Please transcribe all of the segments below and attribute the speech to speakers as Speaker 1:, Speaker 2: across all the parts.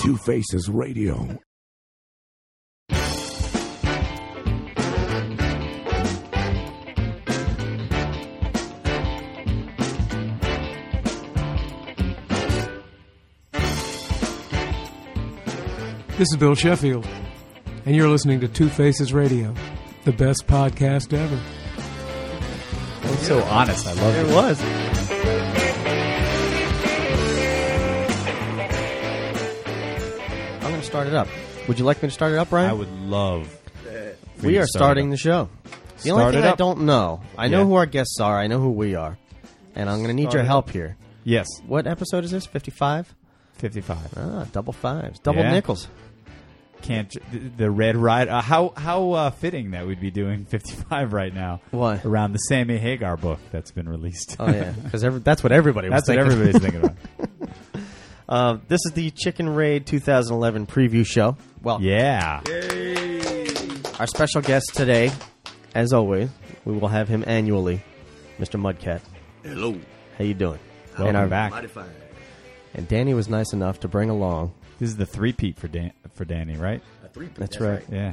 Speaker 1: Two Faces Radio.
Speaker 2: This is Bill Sheffield, and you're listening to Two Faces Radio, the best podcast ever.
Speaker 3: So honest, I love it.
Speaker 4: was. I'm going to start it up. Would you like me to start it up, Ryan?
Speaker 3: I would love. for you
Speaker 4: we
Speaker 3: to
Speaker 4: are
Speaker 3: start
Speaker 4: starting
Speaker 3: it
Speaker 4: the
Speaker 3: up.
Speaker 4: show. The
Speaker 3: Start
Speaker 4: only thing
Speaker 3: it
Speaker 4: I
Speaker 3: up.
Speaker 4: don't know, I know
Speaker 3: Yeah.
Speaker 4: who our guests are. I know who we are, and I'm going to need your help here.
Speaker 3: Yes,
Speaker 4: What episode is this? Fifty-five.
Speaker 3: fifty-five.
Speaker 4: Ah, double fives, double
Speaker 3: Yeah.
Speaker 4: nickels.
Speaker 3: Can't j- the, the red ride? Uh, how how uh, fitting that we'd be doing fifty-five right now.
Speaker 4: Why?
Speaker 3: Around the Sammy Hagar book that's been released.
Speaker 4: Oh yeah, because that's what everybody was
Speaker 3: that's what
Speaker 4: thinking.
Speaker 3: everybody's thinking about.
Speaker 4: Uh, this is the Chicken Raid 2011 preview show. Well,
Speaker 3: Yeah.
Speaker 4: Our special guest today, as always, we will have him annually, Mr. Mudcat.
Speaker 5: Hello.
Speaker 4: How you doing?
Speaker 3: Welcome
Speaker 4: and our,
Speaker 3: back.
Speaker 5: Mighty fine.
Speaker 4: And Danny was nice enough to bring along
Speaker 3: This is the three-peat for Dan- for Danny, right?
Speaker 5: A three-peat,
Speaker 4: That's right.
Speaker 3: Yeah.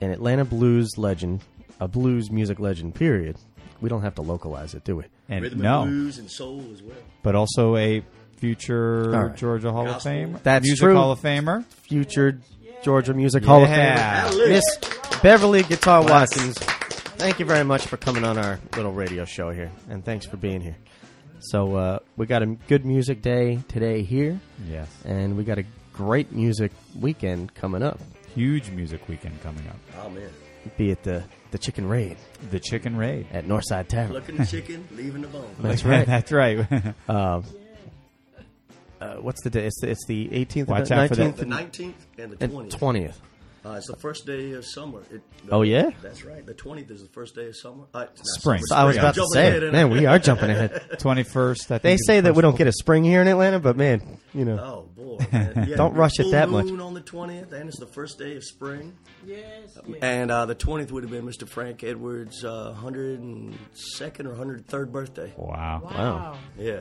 Speaker 4: an Atlanta blues legend, a blues music legend. Period. We don't have to localize it, do we?
Speaker 3: And
Speaker 5: Rhythm
Speaker 3: no,
Speaker 5: and blues and soul as well.
Speaker 3: but also a future
Speaker 4: All right.
Speaker 3: Georgia Hall
Speaker 5: Gospel.
Speaker 3: of Fame.
Speaker 4: That's
Speaker 3: Music
Speaker 4: true.
Speaker 3: Hall of Famer.
Speaker 4: Future Georgia Music Hall of
Speaker 3: Yeah.
Speaker 4: Fame,
Speaker 5: Hallelujah.
Speaker 4: Miss Beverly Guitar
Speaker 3: Bless.
Speaker 4: Watkins. Thank you very much for coming on our little radio show here, and thanks for being here. So uh, we got a good music day today here,
Speaker 3: Yes.
Speaker 4: and we got a great music weekend coming up.
Speaker 3: Huge music weekend coming up.
Speaker 5: Oh, man.
Speaker 4: be at the, the Chicken Raid
Speaker 3: The Chicken Raid.
Speaker 4: at Northside Tavern.
Speaker 5: Looking the chicken, leaving the bone.
Speaker 4: That's right. Um,
Speaker 3: That's right.
Speaker 4: Uh, what's the day? It's the, it's the 18th,
Speaker 3: Watch
Speaker 4: the
Speaker 3: out for
Speaker 4: 19th,
Speaker 3: that.
Speaker 5: The 19th and the
Speaker 4: and
Speaker 5: 20th.
Speaker 4: 20th.
Speaker 5: Uh, it's the first day of summer. It,
Speaker 4: Oh, yeah?
Speaker 5: That's right. The 20th is the first day of summer. Uh, it's not
Speaker 3: Spring.
Speaker 4: So I was
Speaker 5: spring.
Speaker 4: about
Speaker 5: I'm
Speaker 4: to
Speaker 5: jumping
Speaker 4: say,
Speaker 5: ahead,
Speaker 4: it.
Speaker 5: ain't
Speaker 4: man,
Speaker 5: I?
Speaker 4: we are jumping ahead.
Speaker 3: 21st. I think
Speaker 4: They
Speaker 3: is
Speaker 4: say
Speaker 3: the
Speaker 4: that we
Speaker 3: first
Speaker 4: don't
Speaker 3: one.
Speaker 4: get a spring here in Atlanta, but man, you know,
Speaker 5: Oh, boy. man. Yeah,
Speaker 4: Don't
Speaker 5: the
Speaker 4: rush it
Speaker 5: full
Speaker 4: that much.
Speaker 5: moon on the 20th, and it's the first day of spring. Yes. And uh, the 20th would have been Mr. Frank Edwards' uh, 102nd or 103rd birthday.
Speaker 3: Wow.
Speaker 4: wow.
Speaker 5: Yeah.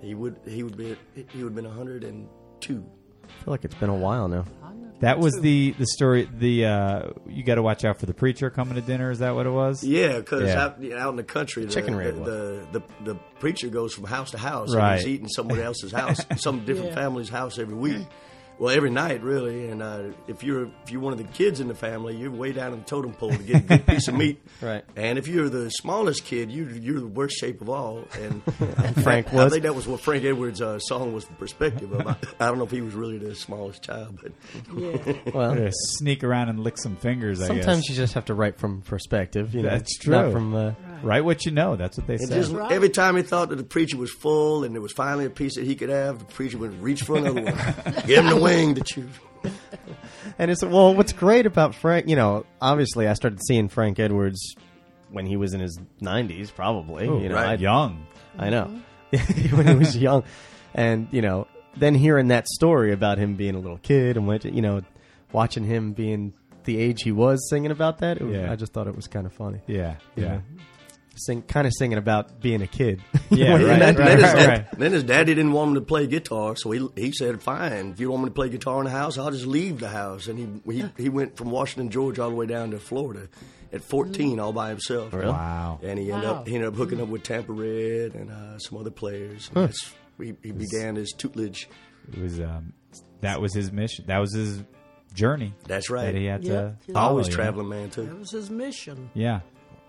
Speaker 5: He would he would be he would have been 102.
Speaker 4: I feel like it's been a while now.
Speaker 3: That was the the story. The uh, you got to watch out for the preacher coming to dinner. Is that what it was?
Speaker 5: Yeah, because
Speaker 3: Yeah.
Speaker 5: out, you know, out in the country, the,
Speaker 4: chicken raid
Speaker 5: the,
Speaker 4: was.
Speaker 5: the, the the preacher goes from house to house.
Speaker 3: Right.
Speaker 5: And he's eating somebody else's house, some different family's house every week. Well, every night, really. And uh, if you're if you're one of the kids in the family, you're way down in the totem pole to get a good piece of meat.
Speaker 4: Right.
Speaker 5: And if you're the smallest kid, you you're the worst shape of all. And
Speaker 4: Frank
Speaker 5: I
Speaker 4: was.
Speaker 5: think that was what Frank Edwards' uh, song was the perspective of. I, I don't know if he was really the smallest child, but
Speaker 4: Well,
Speaker 3: Gotta Sneak around and lick some fingers. I guess.
Speaker 4: sometimes you just have to write from perspective. You know,
Speaker 3: That's
Speaker 4: Not
Speaker 3: true.
Speaker 4: from uh,
Speaker 3: Write what you know. That's what they
Speaker 5: And
Speaker 3: say.
Speaker 5: just every time he thought that the preacher was full and there was finally a piece that he could have, the preacher would reach for another one. Give him the wing to choose.
Speaker 4: And it's well, what's great about Frank, you know, obviously I started seeing Frank Edwards when he was in his 90s, probably.
Speaker 3: Ooh,
Speaker 4: you know,
Speaker 3: right.
Speaker 4: I-
Speaker 3: young.
Speaker 4: I know. when he was young. And, you know, then hearing that story about him being a little kid and, what- you know, watching him being the age he was singing about that, it was-
Speaker 3: Yeah.
Speaker 4: I just thought it was kind of funny.
Speaker 3: Yeah. Yeah.
Speaker 4: Sing, kind of singing about being a kid.
Speaker 3: Yeah.
Speaker 4: When he-
Speaker 3: right.
Speaker 5: And
Speaker 3: Right.
Speaker 5: then, his,
Speaker 3: right, right.
Speaker 5: then his daddy didn't want him to play guitar, so he he said, "Fine, if you want me to play guitar in the house, I'll just leave the house." And he he, he went from Washington, Georgia, all the way down to Florida at 14, all by himself.
Speaker 3: Wow.
Speaker 5: And he ended up he ended up hooking up with Tampa Red and uh, some other players. And that's, he, he began his tutelage.
Speaker 3: It was. Um, that was his mission. That was his journey.
Speaker 5: That's right.
Speaker 3: That he had to
Speaker 6: Yep.
Speaker 3: follow,
Speaker 5: Always
Speaker 3: you know?
Speaker 5: traveling man too.
Speaker 6: That was his mission.
Speaker 3: Yeah.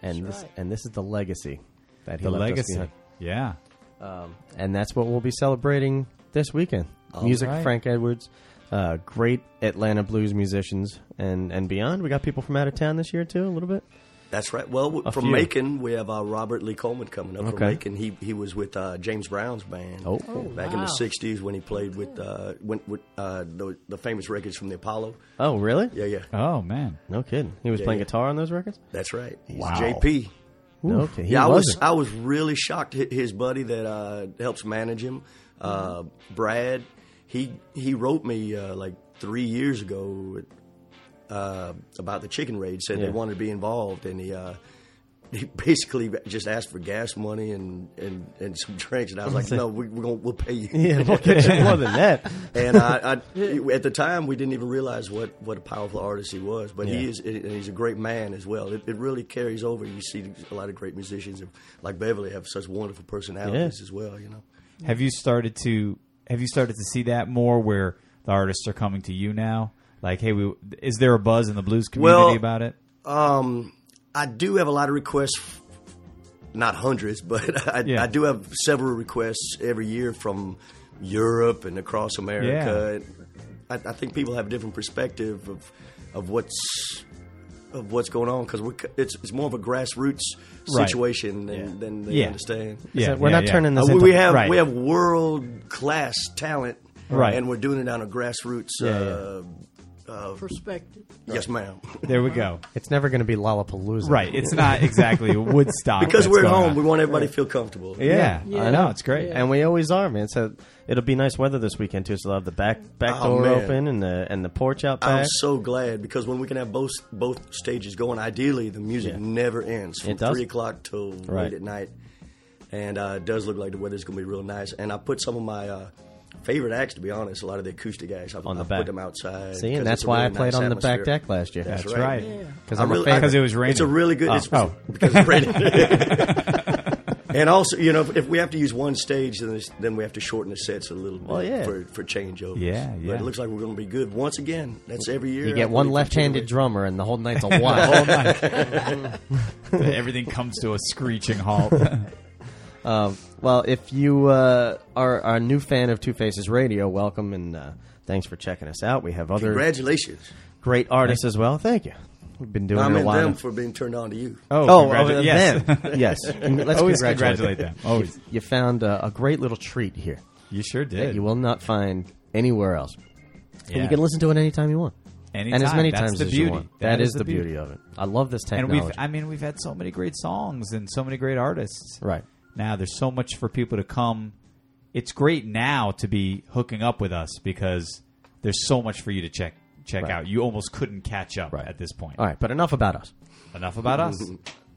Speaker 4: and, this,
Speaker 6: right.
Speaker 4: and this is the legacy that he
Speaker 3: The
Speaker 4: left us
Speaker 3: legacy.
Speaker 4: behind.
Speaker 3: Yeah.
Speaker 4: and that's what we'll be celebrating this weekend. Music,
Speaker 3: right.
Speaker 4: Frank Edwards, uh, great Atlanta blues musicians, and and beyond. We got people from out of town this year too, a little bit.
Speaker 5: That's right. Well, w- from
Speaker 4: few.
Speaker 5: Macon, we have uh, Robert Lee Coleman coming up.
Speaker 4: Okay.
Speaker 5: From Macon, he he was with uh, James Brown's band
Speaker 4: Oh. Oh,
Speaker 5: back in
Speaker 6: wow.
Speaker 5: the '60s when he played with uh, when, with uh, the, the famous records from the Apollo.
Speaker 4: Oh, really?
Speaker 5: Yeah, yeah,
Speaker 3: Oh man.
Speaker 4: No kidding. He was
Speaker 5: Yeah,
Speaker 4: playing
Speaker 5: yeah.
Speaker 4: guitar on those records.
Speaker 5: that's right. He's
Speaker 3: Wow.
Speaker 5: JP.
Speaker 4: No kidding. He
Speaker 5: yeah, I was
Speaker 4: wasn't.
Speaker 5: I was really shocked. Hi- His buddy that uh, helps manage him, uh, Brad, he he wrote me uh, like three years ago uh, about the chicken raid. Said
Speaker 4: Yeah.
Speaker 5: they wanted to be involved, and he. Uh, he basically just asked for gas money and, and, and some drinks, and I was like, "No, we, we're gonna, we'll pay you."
Speaker 4: yeah, we'll get you more than that.
Speaker 5: and I, I, at the time, we didn't even realize what, what a powerful artist he was. But he
Speaker 4: Yeah.
Speaker 5: is, and he's a great man as well. It, it really carries over. You see a lot of great musicians, like Beverly, have such wonderful personalities
Speaker 4: Yeah.
Speaker 5: as well. You know,
Speaker 3: Have you started to have you started to see that more where the artists are coming to you now? Like, hey, we is there a buzz in the blues community
Speaker 5: Well,
Speaker 3: about it?
Speaker 5: um, I do have a lot of requests. Not hundreds, but I,
Speaker 3: Yeah.
Speaker 5: I do have several requests every year from Europe and across America. I, I think people have a different perspective of of what's of what's going on because it's it's more of a grassroots
Speaker 3: Right.
Speaker 5: situation than, than they
Speaker 3: Yeah.
Speaker 5: understand.
Speaker 3: Yeah,
Speaker 4: we're
Speaker 3: yeah,
Speaker 4: not
Speaker 3: yeah.
Speaker 4: turning
Speaker 5: Uh,
Speaker 4: this
Speaker 5: we,
Speaker 4: into
Speaker 5: we have
Speaker 3: right.
Speaker 5: we have world class talent,
Speaker 3: Right.
Speaker 5: And we're doing it on a grassroots. uh,
Speaker 6: perspective.
Speaker 5: Yes, ma'am.
Speaker 3: There we go.
Speaker 4: It's never going to be Lollapalooza.
Speaker 3: Right, it's not exactly Woodstock
Speaker 5: Because
Speaker 3: that's
Speaker 5: we're at
Speaker 3: going
Speaker 5: home,
Speaker 3: on.
Speaker 5: we want everybody to feel comfortable.
Speaker 3: yeah,
Speaker 6: Yeah.
Speaker 3: I know it's great.
Speaker 6: Yeah.
Speaker 4: And we always are, man. So it'll be nice weather this weekend too. So they'll have the back back
Speaker 5: Oh,
Speaker 4: door
Speaker 5: man. Oh,
Speaker 4: open and the and the porch out
Speaker 5: I'm
Speaker 4: back.
Speaker 5: so glad because when we can have both both stages going, ideally the music
Speaker 4: Yeah.
Speaker 5: never ends from
Speaker 4: It does.
Speaker 5: three o'clock till
Speaker 4: Right.
Speaker 5: late at night, and uh, it does look like the weather's going to be real nice. And I put some of my uh, favorite acts, to be honest, a lot of the acoustic acts. I've,
Speaker 4: On the
Speaker 5: I've
Speaker 4: back.
Speaker 5: put them outside.
Speaker 4: See,
Speaker 5: 'cause
Speaker 4: and
Speaker 5: it's
Speaker 4: that's
Speaker 5: a
Speaker 4: why
Speaker 5: really
Speaker 4: I played
Speaker 5: nice
Speaker 4: on the back
Speaker 5: atmosphere.
Speaker 4: deck last year.
Speaker 5: That's
Speaker 3: That's
Speaker 5: right.
Speaker 3: right.
Speaker 4: Because
Speaker 5: I
Speaker 4: I'm a
Speaker 5: really-
Speaker 4: fan.
Speaker 5: I-
Speaker 3: Because it was
Speaker 5: It's a
Speaker 3: raining.
Speaker 5: really good. It's,
Speaker 3: Oh.
Speaker 5: because it's raining. and also, you know, if, if we have to use one stage, then it's, then we have to shorten the sets a little bit
Speaker 4: Well, yeah.
Speaker 5: for for changeovers.
Speaker 3: Yeah, yeah.
Speaker 5: But it looks like we're going to be good once again. That's every year.
Speaker 4: You
Speaker 5: I
Speaker 4: get one
Speaker 5: believe,
Speaker 4: left-handed
Speaker 5: particularly.
Speaker 4: drummer, and the whole night's a wild.
Speaker 3: Everything comes to a screeching halt.
Speaker 4: um, well, if you uh, are, are a new fan of Two Faces Radio, welcome and uh, thanks for checking us out. We have other
Speaker 5: Congratulations.
Speaker 4: great artists as well. Thank you. We've been doing
Speaker 5: I
Speaker 4: it a
Speaker 5: meant
Speaker 4: while.
Speaker 5: them
Speaker 4: now.
Speaker 5: for being turned on to you.
Speaker 4: oh,
Speaker 3: congratu-
Speaker 4: oh,
Speaker 3: yes.
Speaker 4: them. yes. Let's
Speaker 3: Always congratulate
Speaker 4: congratulate,
Speaker 3: them. Always.
Speaker 4: You found uh, a great little treat here
Speaker 3: You sure did.
Speaker 4: that you will not find anywhere else. And
Speaker 3: Yeah.
Speaker 4: you can listen to it anytime you want.
Speaker 3: Anytime.
Speaker 4: And as many
Speaker 3: That's
Speaker 4: times
Speaker 3: the
Speaker 4: as you
Speaker 3: beauty.
Speaker 4: want.
Speaker 3: That
Speaker 4: that is,
Speaker 3: is
Speaker 4: the
Speaker 3: the
Speaker 4: beauty.
Speaker 3: beauty.
Speaker 4: of it. I love this
Speaker 3: and
Speaker 4: technology.
Speaker 3: we've I mean we've had so many great songs and so many great artists.
Speaker 4: Right.
Speaker 3: Now there's so much for people to come. It's great now to be hooking up with us because there's so much for you to check check
Speaker 4: Right.
Speaker 3: out. You almost couldn't catch up
Speaker 4: Right.
Speaker 3: at this point.
Speaker 4: All right, but enough about us.
Speaker 3: Enough about us.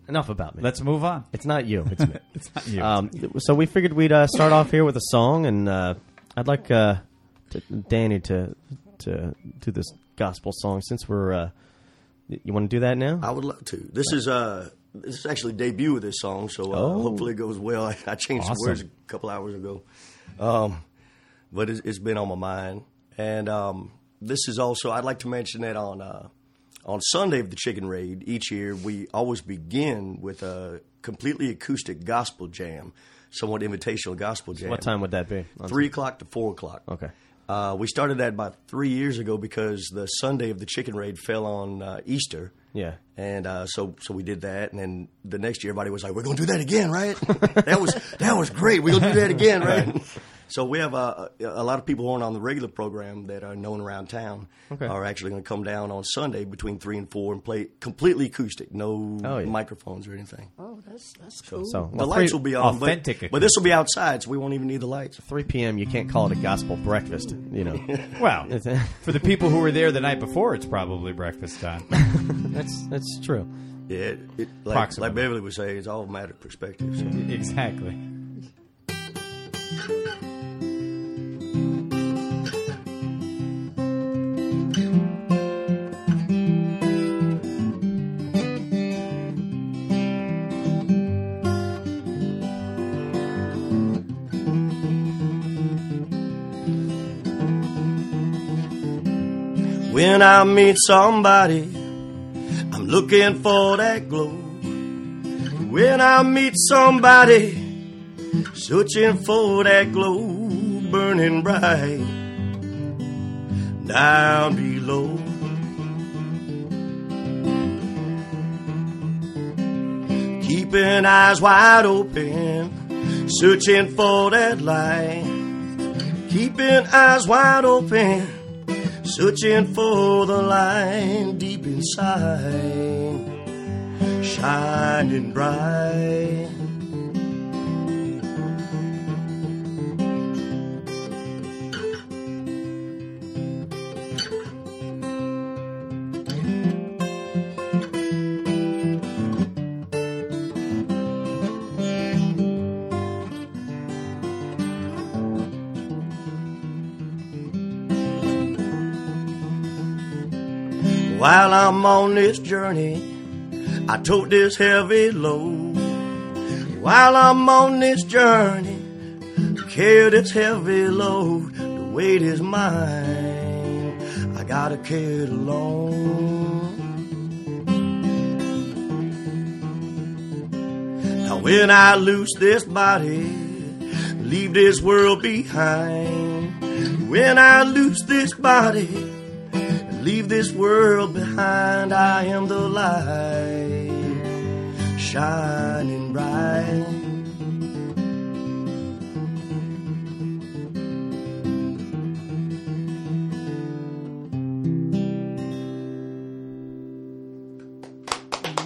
Speaker 4: Enough about me.
Speaker 3: Let's move on.
Speaker 4: it's not you. It's me.
Speaker 3: You.
Speaker 4: Um, th- so we figured we'd uh, start off here with a song, and uh, I'd like uh, to, Danny to to do this gospel song since we're. Uh, y- you want to do that now?
Speaker 5: I would love to. This is uh this is actually debut of this song, so uh,
Speaker 4: Oh.
Speaker 5: hopefully it goes well. I, I changed some
Speaker 3: Awesome.
Speaker 5: words a couple hours ago, um, but it's, it's been on my mind. And um, this is also I'd like to mention that on uh, on Sunday of the Chicken Raid each year we always begin with a completely acoustic gospel jam, somewhat invitational gospel jam.
Speaker 4: What time would that be? On-
Speaker 5: Three o'clock to four o'clock.
Speaker 4: Okay.
Speaker 5: Uh, we started that about three years ago because the Sunday of the Chicken Raid fell on uh, Easter.
Speaker 4: Yeah.
Speaker 5: And uh, so so we did that, and then the next year everybody was like, "We're gonna do that again, right? that was that was great. We're gonna do that again, right?" so we have uh, a lot of people who aren't on the regular program that are known around town
Speaker 4: Okay.
Speaker 5: are actually gonna come down on Sunday between three and four and play completely acoustic, no
Speaker 4: Oh, yeah.
Speaker 5: microphones or anything.
Speaker 6: Oh, that's that's cool.
Speaker 4: So
Speaker 5: the
Speaker 4: well,
Speaker 5: lights
Speaker 4: three,
Speaker 5: will be on,
Speaker 3: authentic
Speaker 5: but, but this will be outside, so we won't even need the lights.
Speaker 4: three p.m. You can't call it a gospel breakfast. You know,
Speaker 3: well,
Speaker 4: It's-
Speaker 3: for the people who were there the night before, it's probably breakfast time.
Speaker 4: that's that's true.
Speaker 5: Yeah, it, it, like,
Speaker 3: Approximately.
Speaker 5: like Beverly would say, it's all a matter of perspective. So.
Speaker 3: exactly.
Speaker 5: When I meet somebody, I'm looking for that glow. When I meet somebody, searching for that glow, burning bright down below. Keeping eyes wide open, searching for that light. Keeping eyes wide open searching for the light deep inside, shining bright. While I'm on this journey, I tote this heavy load. While I'm on this journey, carry this heavy load. The weight is mine. I gotta carry it alone. Now when I lose this body, leave this world behind. When I lose this body, Leave this world behind. I am the light, shining bright.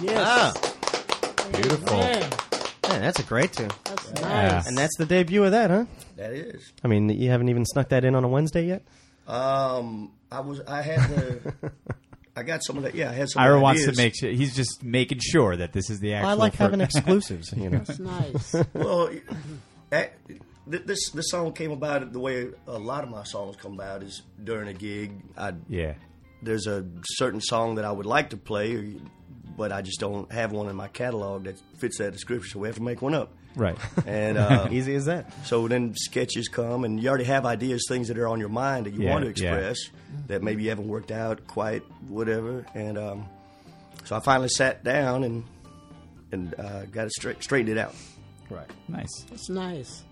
Speaker 6: Yes.
Speaker 3: Beautiful.
Speaker 6: Man,
Speaker 4: Man, that's a great tune.
Speaker 6: that's
Speaker 3: Yeah.
Speaker 6: nice.
Speaker 4: And that's the debut of that, huh?
Speaker 5: That is.
Speaker 4: I mean, you haven't even snuck that in on a Wednesday yet?
Speaker 5: Um, I was. I had the. I got some of that. Yeah, I had some.
Speaker 3: Ira
Speaker 5: of
Speaker 3: wants to
Speaker 5: ideas.
Speaker 3: make sure he's just making sure that this is the actual.
Speaker 4: I like
Speaker 3: fir-
Speaker 4: having exclusives, you know.
Speaker 6: That's nice.
Speaker 5: Well, eh, th this this song came about the way a lot of my songs come about is during a gig. I
Speaker 3: yeah,
Speaker 5: there's a certain song that I would like to play, but I just don't have one in my catalog that fits that description. So we have to make one up.
Speaker 3: right.
Speaker 5: And uh,
Speaker 4: Easy as that.
Speaker 5: so then sketches come, and you already have ideas, things that are on your mind that you
Speaker 3: Yeah,
Speaker 5: want to
Speaker 3: yeah.
Speaker 5: express that maybe you haven't worked out quite, whatever. And um, so I finally sat down and and uh, got it straight, straightened it out.
Speaker 4: Right.
Speaker 3: nice.
Speaker 6: That's nice.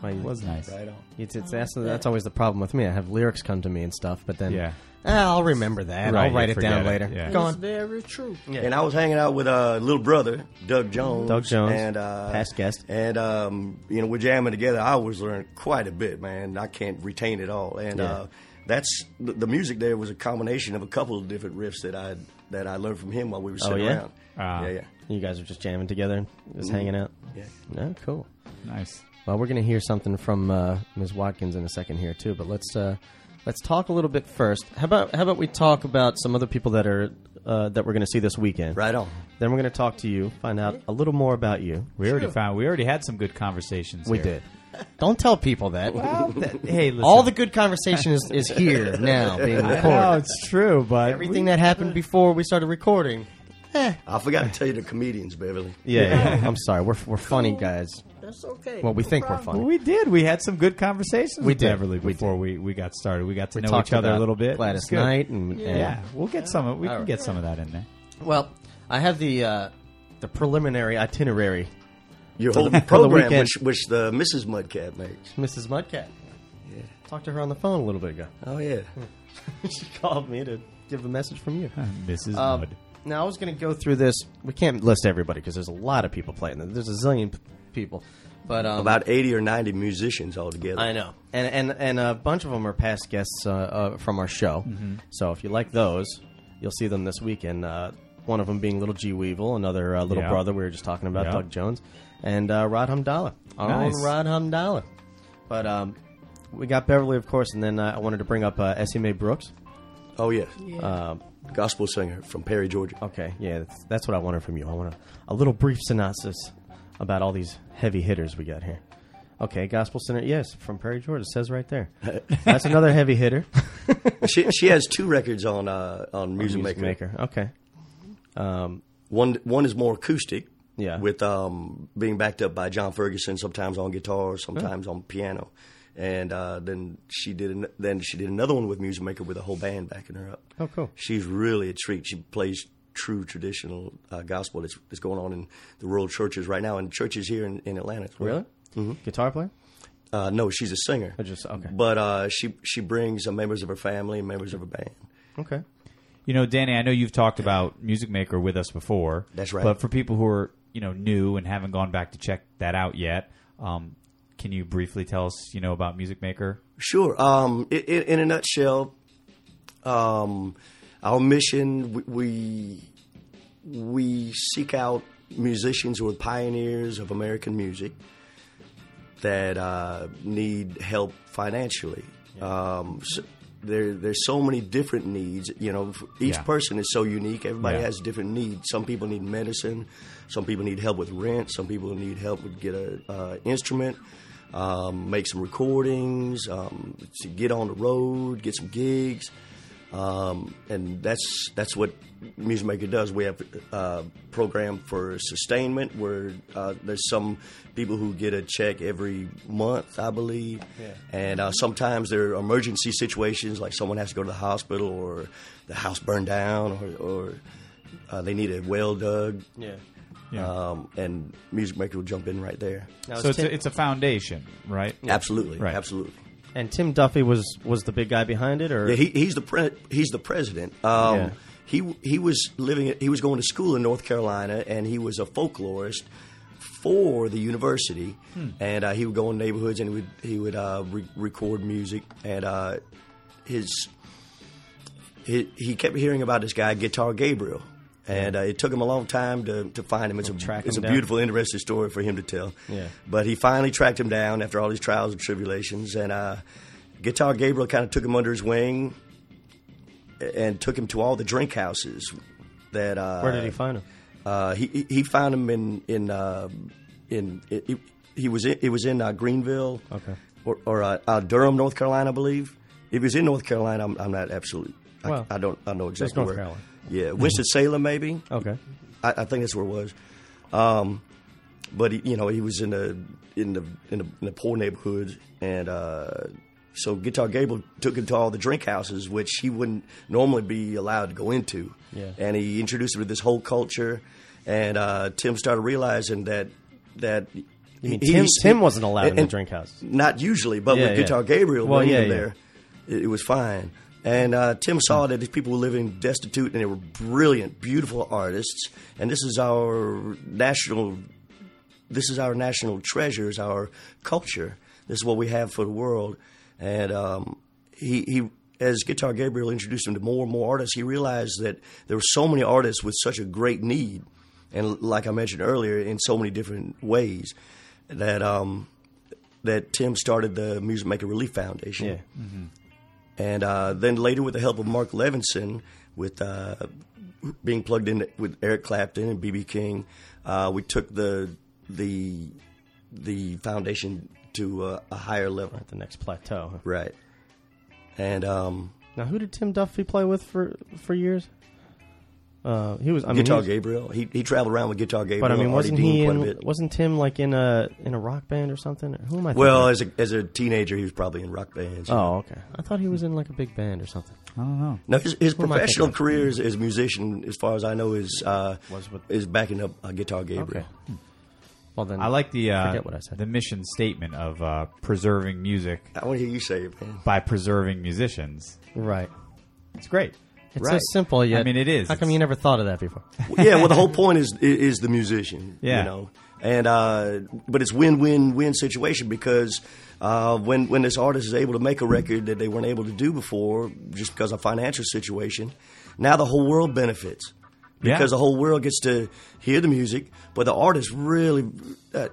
Speaker 4: Well, you-
Speaker 3: was nice.
Speaker 5: Right on.
Speaker 4: It's, it's that's, that's always the problem with me. I have lyrics come to me and stuff, but then
Speaker 3: Yeah.
Speaker 4: "Ah, I'll remember that.
Speaker 3: Right,
Speaker 4: I'll write
Speaker 3: you
Speaker 4: it down
Speaker 3: forget
Speaker 4: later.
Speaker 3: it, yeah.
Speaker 4: Go
Speaker 6: It's
Speaker 4: on.
Speaker 6: very true.
Speaker 5: And I was hanging out with a uh, little brother, Doug Jones.
Speaker 4: Doug Jones,
Speaker 5: and uh,
Speaker 4: past guest.
Speaker 5: And um, you know, we're jamming together. I always learn quite a bit, man. I can't retain it all. And uh, that's the, the music. There was a combination of a couple of different riffs that I that I learned from him while we were sitting
Speaker 4: Oh, yeah?
Speaker 5: around.
Speaker 3: Ah.
Speaker 5: yeah, yeah,
Speaker 4: You guys are just jamming together, and just
Speaker 3: Mm-hmm.
Speaker 4: hanging out.
Speaker 5: yeah.
Speaker 4: No, cool.
Speaker 3: Nice.
Speaker 4: Well, we're going to hear something from uh, Ms. Watkins in a second here too, but let's uh, let's talk a little bit first. How about how about we talk about some other people that are uh, that we're going to see this weekend?
Speaker 5: Right on.
Speaker 4: Then we're going to talk to you, find out a little more about you.
Speaker 3: We already found. We already had some good conversations.
Speaker 4: We
Speaker 3: here.
Speaker 4: did. Don't tell people that.
Speaker 3: did. Hey, listen.
Speaker 4: All the good conversation is, is here now being
Speaker 3: No,
Speaker 4: recorded.
Speaker 3: it's true, but
Speaker 4: Everything that happened before we started recording.
Speaker 5: I forgot to tell you the comedians, Beverly.
Speaker 4: Yeah, yeah. I'm sorry. We're, we're funny guys.
Speaker 6: That's okay.
Speaker 4: Well, we
Speaker 6: No
Speaker 4: think we're
Speaker 6: problem.
Speaker 4: funny.
Speaker 3: We did. We had some good conversations.
Speaker 4: We
Speaker 3: with
Speaker 4: did.
Speaker 3: Beverly
Speaker 4: We
Speaker 3: before we, we got started. We got to
Speaker 4: We
Speaker 3: know
Speaker 4: talked
Speaker 3: each other a
Speaker 4: about
Speaker 3: little bit. It's
Speaker 4: Gladys
Speaker 3: good.
Speaker 4: Knight and,
Speaker 3: Yeah.
Speaker 4: and
Speaker 3: we'll get some. Of, we
Speaker 4: All
Speaker 3: can
Speaker 4: right.
Speaker 3: get some of that in there.
Speaker 4: Well, I have the uh, the preliminary itinerary.
Speaker 5: Your whole program, which which the Mrs. Mudcat makes.
Speaker 4: Mrs. Mudcat. Talked to her on the phone a little bit ago.
Speaker 5: Oh yeah.
Speaker 4: she called me to give a message from you.
Speaker 3: Mrs.
Speaker 4: Um,
Speaker 3: Uh, Mud.
Speaker 4: now I was going to go through this. We can't list everybody because there's a lot of people playing. There's a zillion p- people, but um,
Speaker 5: About eighty or ninety musicians altogether.
Speaker 4: I know, and and and a bunch of them are past guests uh, uh, from our show.
Speaker 3: Mm-hmm.
Speaker 4: So if you like those, you'll see them this weekend. Uh, one of them being Little G Weevil, another uh, little
Speaker 3: Yeah.
Speaker 4: brother we were just talking about,
Speaker 3: Yeah.
Speaker 4: Doug Jones, and uh, Rod Humdallah, our
Speaker 3: Nice.
Speaker 4: own Rod Humdallah. But um, we got Beverly, of course, and then uh, I wanted to bring up uh, SMA Brooks.
Speaker 5: Oh yeah.
Speaker 6: Yeah.
Speaker 5: Gospel singer from Perry, Georgia.
Speaker 4: Okay, yeah, that's, that's what I wanted from you. I want a, a little brief synopsis about all these heavy hitters we got here. Okay, Gospel Center, yes, from Prairie, Georgia, it says right there. That's another heavy hitter.
Speaker 5: she, she has two records on uh, on Music, Maker.
Speaker 4: Okay.
Speaker 5: One one is more acoustic.
Speaker 4: Yeah.
Speaker 5: With um, being backed up by John Ferguson, sometimes on guitar, sometimes on piano, and uh, then she did an, then she did another one with Music Maker with a whole band backing her up.
Speaker 4: Oh, cool.
Speaker 5: She's really a treat. She plays true traditional uh, gospel that's, that's going on in the rural churches right now, and churches here in, in Atlanta. as well.
Speaker 4: Really?
Speaker 5: Mm-hmm.
Speaker 4: Guitar player?
Speaker 5: Uh, no, she's a singer.
Speaker 4: Or just- okay.
Speaker 5: But uh, she she brings uh, members of her family and members of her band.
Speaker 4: Okay.
Speaker 3: You know, Danny, I know you've talked about Music Maker with us before.
Speaker 5: That's right.
Speaker 3: But for people who are you know new and haven't gone back to check that out yet, um, can you briefly tell us you know about Music Maker?
Speaker 5: Sure. Um, in, in a nutshell, um, our mission we, we we seek out musicians who are pioneers of American music that uh, need help financially. Um, so there, there's so many different needs. You know, f- each
Speaker 3: Yeah.
Speaker 5: person is so unique. Everybody
Speaker 3: Yeah.
Speaker 5: has different needs. Some people need medicine. Some people need help with rent. Some people need help with get a uh, instrument, um, make some recordings, um, to get on the road, get some gigs. um, and that's that's what Music Maker does. We have a program for sustainment where uh, there's some people who get a check every month, I believe, and uh, sometimes there are emergency situations like someone has to go to the hospital or the house burned down or, or uh, they need a well dug.
Speaker 4: Yeah.
Speaker 3: Yeah.
Speaker 5: Um, and Music Maker will jump in right there.
Speaker 4: Now,
Speaker 3: so
Speaker 4: is
Speaker 3: it's
Speaker 4: Tim-
Speaker 3: a, it's a foundation, right?
Speaker 5: Absolutely,
Speaker 3: Right.
Speaker 5: absolutely.
Speaker 4: and Tim Duffy was was the big guy behind it, or
Speaker 5: Yeah, he, he's the pre- he's the president. Um,
Speaker 4: Yeah.
Speaker 5: He he was living. He was going to school in North Carolina, and he was a folklorist for the university.
Speaker 4: Hmm.
Speaker 5: And uh, he would go in neighborhoods, and he would he would uh, re- record music. And uh, his he, he kept hearing about this guy Guitar Gabriel, and uh, it took him a long time to, to find him. It's a
Speaker 4: Track
Speaker 5: it's
Speaker 4: him
Speaker 5: a
Speaker 4: down.
Speaker 5: beautiful, interesting story for him to tell.
Speaker 4: Yeah.
Speaker 5: But he finally tracked him down after all these trials and tribulations, and uh, Guitar Gabriel kind of took him under his wing and took him to all the drink houses. That uh,
Speaker 4: where did he find him?
Speaker 5: uh, he he- he found him in in uh, in it, it, he was in, it was in uh, Greenville,
Speaker 4: Okay.
Speaker 5: or, or uh, uh, Durham, North Carolina, I believe. If it was in North Carolina, I'm, I'm not absolutely. I,
Speaker 4: Well,
Speaker 5: I don't. I know exactly
Speaker 4: North
Speaker 5: where.
Speaker 4: Carolina.
Speaker 5: Yeah, Winston Salem, maybe.
Speaker 4: Okay,
Speaker 5: I, I think that's where it was. Um, but he, you know, he was in the in the in the, in the poor neighborhoods, and uh, so Guitar Gable took him to all the drink houses, which he wouldn't normally be allowed to go into.
Speaker 4: Yeah.
Speaker 5: And he introduced him to this whole culture, and uh, Tim started realizing that that.
Speaker 4: you mean
Speaker 5: he-
Speaker 4: Tim,
Speaker 5: he-
Speaker 4: Tim wasn't allowed in the
Speaker 5: and- Mm-hmm.
Speaker 4: drink house.
Speaker 5: not usually, but
Speaker 4: Yeah,
Speaker 5: with
Speaker 4: yeah.
Speaker 5: Guitar Gabriel
Speaker 4: Well,
Speaker 5: bringing
Speaker 4: yeah, Hmm.
Speaker 5: him
Speaker 4: yeah.
Speaker 5: there, it, it was fine. And uh, Tim saw that these people were living destitute, and they were brilliant, beautiful artists. And this is our national, this is our national treasures, our culture. This is what we have for the world. And um, he, he, as Guitar Gabriel introduced him to more and more artists, he realized that there were so many artists with such a great need, and like I mentioned earlier, in so many different ways, that um, that Tim started the Music Maker Relief Foundation.
Speaker 4: Yeah.
Speaker 5: And uh, then later, with the help of Mark Levinson, with uh, being plugged in with Eric Clapton and BB King, uh, we took the the the foundation to uh, a higher level.
Speaker 4: At the next plateau.
Speaker 5: Right. And um,
Speaker 4: Now, who did Tim Duffy play with for for years? Uh, he was I mean, he
Speaker 5: Guitar
Speaker 4: was-
Speaker 5: Gabriel, he, he traveled around with Guitar Gabriel.
Speaker 4: But I mean,
Speaker 5: Artie
Speaker 4: wasn't
Speaker 5: Dean
Speaker 4: he
Speaker 5: quite a
Speaker 4: in,
Speaker 5: bit.
Speaker 4: wasn't Tim like in a in a rock band or something? Who am I?
Speaker 5: Well,
Speaker 4: thinking
Speaker 5: as a, as a teenager, he was probably in rock bands.
Speaker 4: of? oh, okay. I thought he was in like a big band or something.
Speaker 3: I don't know.
Speaker 5: No, his, his
Speaker 4: am I
Speaker 5: professional
Speaker 4: thinking?
Speaker 5: career as, as a musician, as far as I know, is uh,
Speaker 4: Was with-
Speaker 5: is backing up uh, Guitar Gabriel.
Speaker 4: Okay. Well then,
Speaker 3: I like the uh,
Speaker 4: forget what I said.
Speaker 3: the mission statement of uh, preserving music
Speaker 5: I want to hear you say it, man.
Speaker 3: by preserving musicians.
Speaker 4: right.
Speaker 3: It's great.
Speaker 4: It's so
Speaker 5: Right.
Speaker 4: simple. Yet
Speaker 3: I mean, it is.
Speaker 4: How come
Speaker 3: It's-
Speaker 4: you never thought of that before?
Speaker 5: yeah, well, the whole point is i- is the musician,
Speaker 3: Yeah.
Speaker 5: you know. And uh, but it's win win win situation because uh, when when this artist is able to make a record that they weren't able to do before just because of financial situation, now the whole world benefits
Speaker 3: Yeah.
Speaker 5: because the whole world gets to hear the music. But the artist really, uh,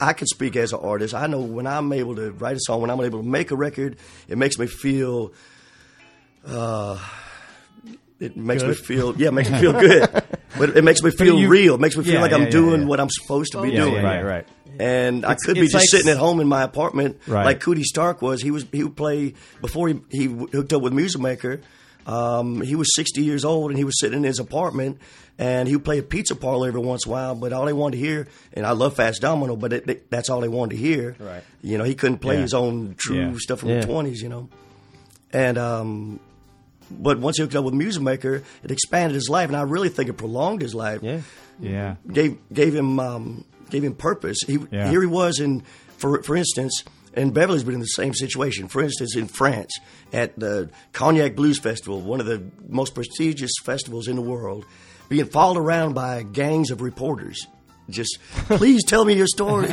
Speaker 5: I can speak as an artist. I know when I'm able to write a song, when I'm able to make a record, it makes me feel. uh, It makes me feel yeah, it makes me feel good. But it makes me feel
Speaker 3: you-
Speaker 5: real. It makes me feel
Speaker 3: Yeah,
Speaker 5: like
Speaker 3: yeah,
Speaker 5: I'm
Speaker 3: yeah,
Speaker 5: doing
Speaker 3: yeah.
Speaker 5: what I'm supposed to be
Speaker 3: Yeah,
Speaker 5: doing.
Speaker 3: yeah, yeah.
Speaker 4: right.
Speaker 5: And I could be
Speaker 3: it's
Speaker 5: just
Speaker 3: like-
Speaker 5: sitting at home in my apartment,
Speaker 3: Right.
Speaker 5: like Cootie Stark was. He was he would play before he he hooked up with Music Maker. Um, he was 60 years old and he was sitting in his apartment and he would play a pizza parlor every once in a while. But all they wanted to hear, and I love Fast Domino, but it, it- that's all they wanted to hear.
Speaker 4: Right.
Speaker 5: You know, he couldn't play
Speaker 3: Yeah.
Speaker 5: his own true
Speaker 3: Yeah.
Speaker 5: stuff from
Speaker 4: Yeah.
Speaker 5: the 20s. You know, and um, but once he hooked up with Music Maker, it expanded his life, and I really think it prolonged his life.
Speaker 4: Yeah.
Speaker 3: Yeah.
Speaker 5: Gave gave him um, gave him purpose. He
Speaker 3: Yeah.
Speaker 5: here he was in for for instance, and Beverly's been in the same situation. For instance, in France at the Cognac Blues Festival, one of the most prestigious festivals in the world, being followed around by gangs of reporters. Just please tell me your story.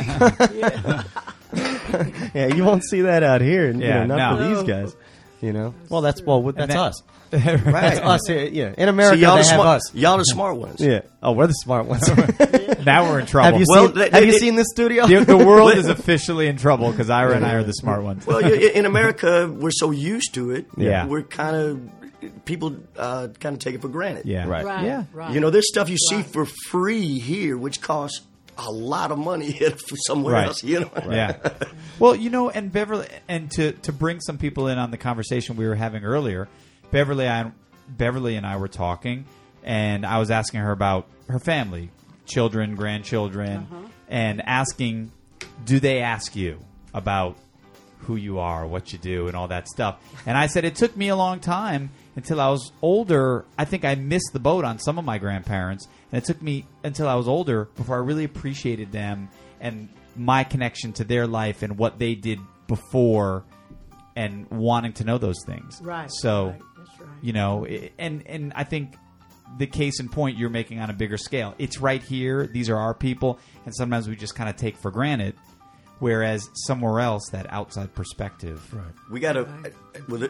Speaker 4: Yeah, you won't see that out here. and, you
Speaker 3: Yeah,
Speaker 4: know,
Speaker 3: no.
Speaker 4: not for these guys. You know. Well, that's well, that's
Speaker 3: that-
Speaker 4: us.
Speaker 5: right.
Speaker 4: That's us here. Yeah, in America,
Speaker 5: See, y'all,
Speaker 4: they
Speaker 5: the
Speaker 4: have
Speaker 5: smart,
Speaker 4: us.
Speaker 5: y'all the smart ones.
Speaker 4: Yeah. Oh, we're the smart ones.
Speaker 3: Now we're in trouble.
Speaker 4: have you
Speaker 5: Well,
Speaker 4: seen?
Speaker 5: they-
Speaker 4: have
Speaker 5: they-
Speaker 4: you
Speaker 5: they-
Speaker 4: seen this studio?
Speaker 3: the, the world is officially in trouble because Ira and I are the smart ones.
Speaker 5: Well, yeah, in in America, we're so used to it.
Speaker 3: Yeah.
Speaker 5: We're kind of, people uh, kind of take it for granted.
Speaker 3: yeah.
Speaker 4: Right.
Speaker 6: Right.
Speaker 3: Yeah.
Speaker 6: Right.
Speaker 5: You know, there's stuff you see
Speaker 6: Right.
Speaker 5: for free here, which costs a lot of money for somewhere
Speaker 3: Right.
Speaker 5: else, you know?
Speaker 3: Yeah. Well, you know, and Beverly, and to to bring some people in on the conversation we were having earlier, Beverly and Beverly and I were talking, and I was asking her about her family, children, grandchildren,
Speaker 5: Uh-huh.
Speaker 3: and asking, do they ask you about who you are, what you do, and all that stuff? And I said it took me a long time until I was older. I think I missed the boat on some of my grandparents, and it took me until I was older before I really appreciated them and my connection to their life and what they did before and wanting to know those things.
Speaker 7: Right.
Speaker 3: So
Speaker 7: right, that's right.
Speaker 3: you know i- and and i think the case in point you're making on a bigger scale it's right here these are our people and sometimes we just kind of take for granted whereas somewhere else that outside perspective right
Speaker 5: We got to,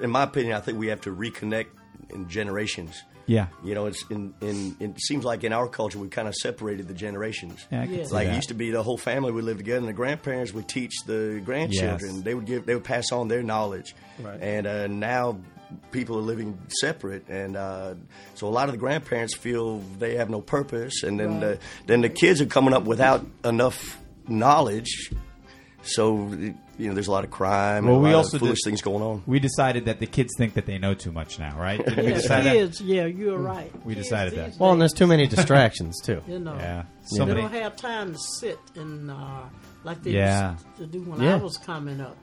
Speaker 5: in my opinion, I think we have to reconnect in generations.
Speaker 3: yeah
Speaker 5: You know, it's in, in it seems like in our culture we kind of separated the generations.
Speaker 3: yeah, I can
Speaker 7: Yeah.
Speaker 3: see
Speaker 5: Like
Speaker 3: that.
Speaker 5: it used to be, the whole family would live together, and the grandparents would teach the grandchildren.
Speaker 3: Yes.
Speaker 5: They would give, they would pass on their knowledge.
Speaker 4: Right.
Speaker 5: And uh, now people are living separate, and uh, so a lot of the grandparents feel they have no purpose, and then the, then the kids are coming up without enough knowledge. So you know, there's a lot of crime.
Speaker 3: Well,
Speaker 5: and a
Speaker 3: we
Speaker 5: lot
Speaker 3: also
Speaker 5: of foolish
Speaker 3: did-
Speaker 5: things going on.
Speaker 3: we decided that the kids think that they know too much now right Didn't we
Speaker 7: Yeah,
Speaker 3: decide that?
Speaker 7: kids, yeah, you're
Speaker 4: Mm.
Speaker 7: right.
Speaker 3: We
Speaker 7: Kids
Speaker 3: decided
Speaker 7: these
Speaker 3: that.
Speaker 4: Well, and
Speaker 7: days,
Speaker 4: there's too many distractions too.
Speaker 7: you know,
Speaker 3: yeah
Speaker 4: They
Speaker 7: they
Speaker 3: somebody
Speaker 7: don't have time to sit and uh, like they
Speaker 3: Yeah.
Speaker 7: used to do when
Speaker 4: Yeah.
Speaker 7: I was coming up,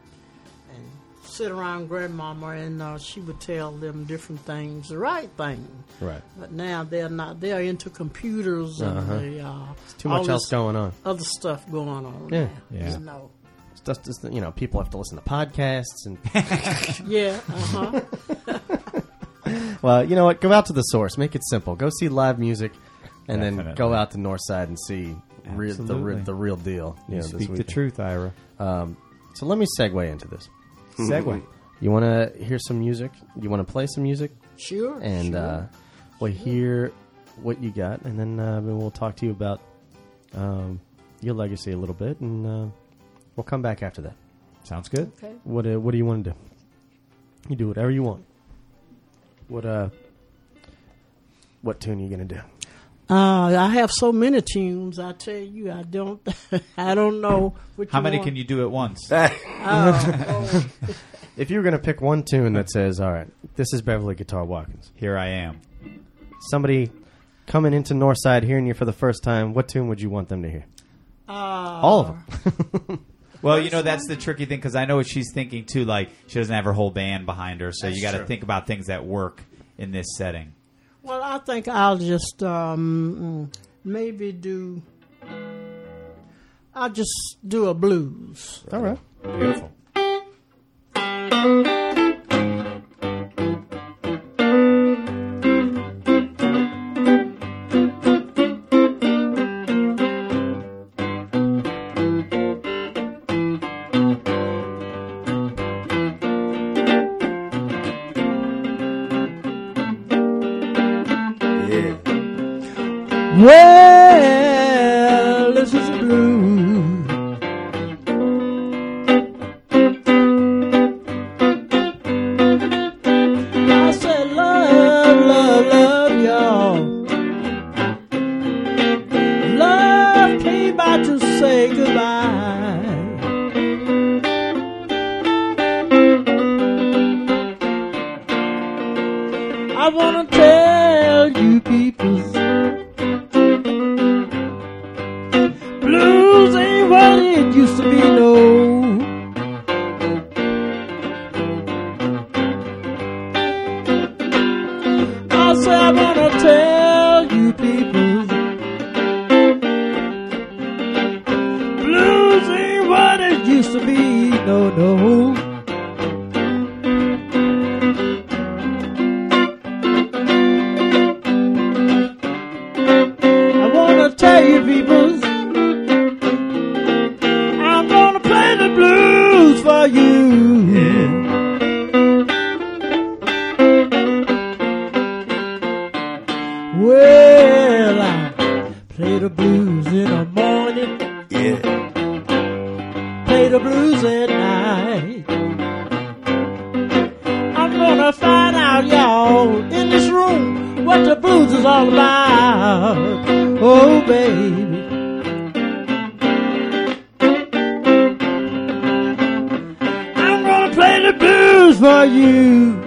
Speaker 7: and sit around grandmama, and uh, she would tell them different things, the right thing.
Speaker 4: Right.
Speaker 7: But now they're not. They're into computers and
Speaker 4: Uh-huh.
Speaker 7: the, uh,
Speaker 4: Too
Speaker 7: all
Speaker 4: much
Speaker 7: this
Speaker 4: else going on.
Speaker 7: Other stuff going on.
Speaker 4: Yeah.
Speaker 7: now,
Speaker 3: Yeah.
Speaker 7: You know.
Speaker 4: It's just, just, you know, people have to listen to podcasts and
Speaker 7: Yeah. Uh huh.
Speaker 4: Well, you know what? Go out to the source. Make it simple. Go see live music, and then
Speaker 3: Definitely.
Speaker 4: go out to Northside and see re- the, re-
Speaker 3: Absolutely.
Speaker 4: the real deal. You, know, this
Speaker 3: speak the
Speaker 4: weekend.
Speaker 3: truth ira
Speaker 4: So let me segue into this.
Speaker 3: segue
Speaker 4: You want to hear some music? You want to play some music?
Speaker 7: sure.
Speaker 4: And
Speaker 7: sure.
Speaker 4: uh, we'll hear what you got, and then uh, then we'll talk to you about um, your legacy a little bit, and uh, we'll come back after that.
Speaker 3: sounds good
Speaker 7: okay.
Speaker 4: What uh, What do you want to do? You do whatever you want. What uh, What tune you gonna do?
Speaker 7: Uh, I have so many tunes. I tell you, I don't. I don't know which.
Speaker 3: how many
Speaker 7: one.
Speaker 3: can you do at once
Speaker 4: If you were going to pick one tune that says, all right, this is Beverly Guitar Watkins,
Speaker 3: here i am
Speaker 4: somebody coming into Northside hearing you for the first time, what tune would you want them to hear?
Speaker 3: Uh,
Speaker 4: all of them.
Speaker 3: Well, you know that's the tricky thing because I know what she's thinking too. Like she doesn't have her whole band behind her, so you got to think about things that work in this setting.
Speaker 7: Well, I think I'll just um, mm, maybe do. I'll just do a blues.
Speaker 4: All right.
Speaker 3: Beautiful.
Speaker 5: Yeah.
Speaker 7: Well, this is a blues. I said, love, love, love, y'all. Love came by to say goodbye. I wanna tell you people Blues ain't what it used to be, no I say I wanna tell you people Blues ain't what it used to be, no, no I wanna tell you people I'm gonna play the blues for you Well I play the blues in the morning
Speaker 5: Yeah.
Speaker 7: play the blues at night. I'm gonna find out, y'all, in this room, what the blues is all about. Oh, baby. I'm gonna play the blues for you.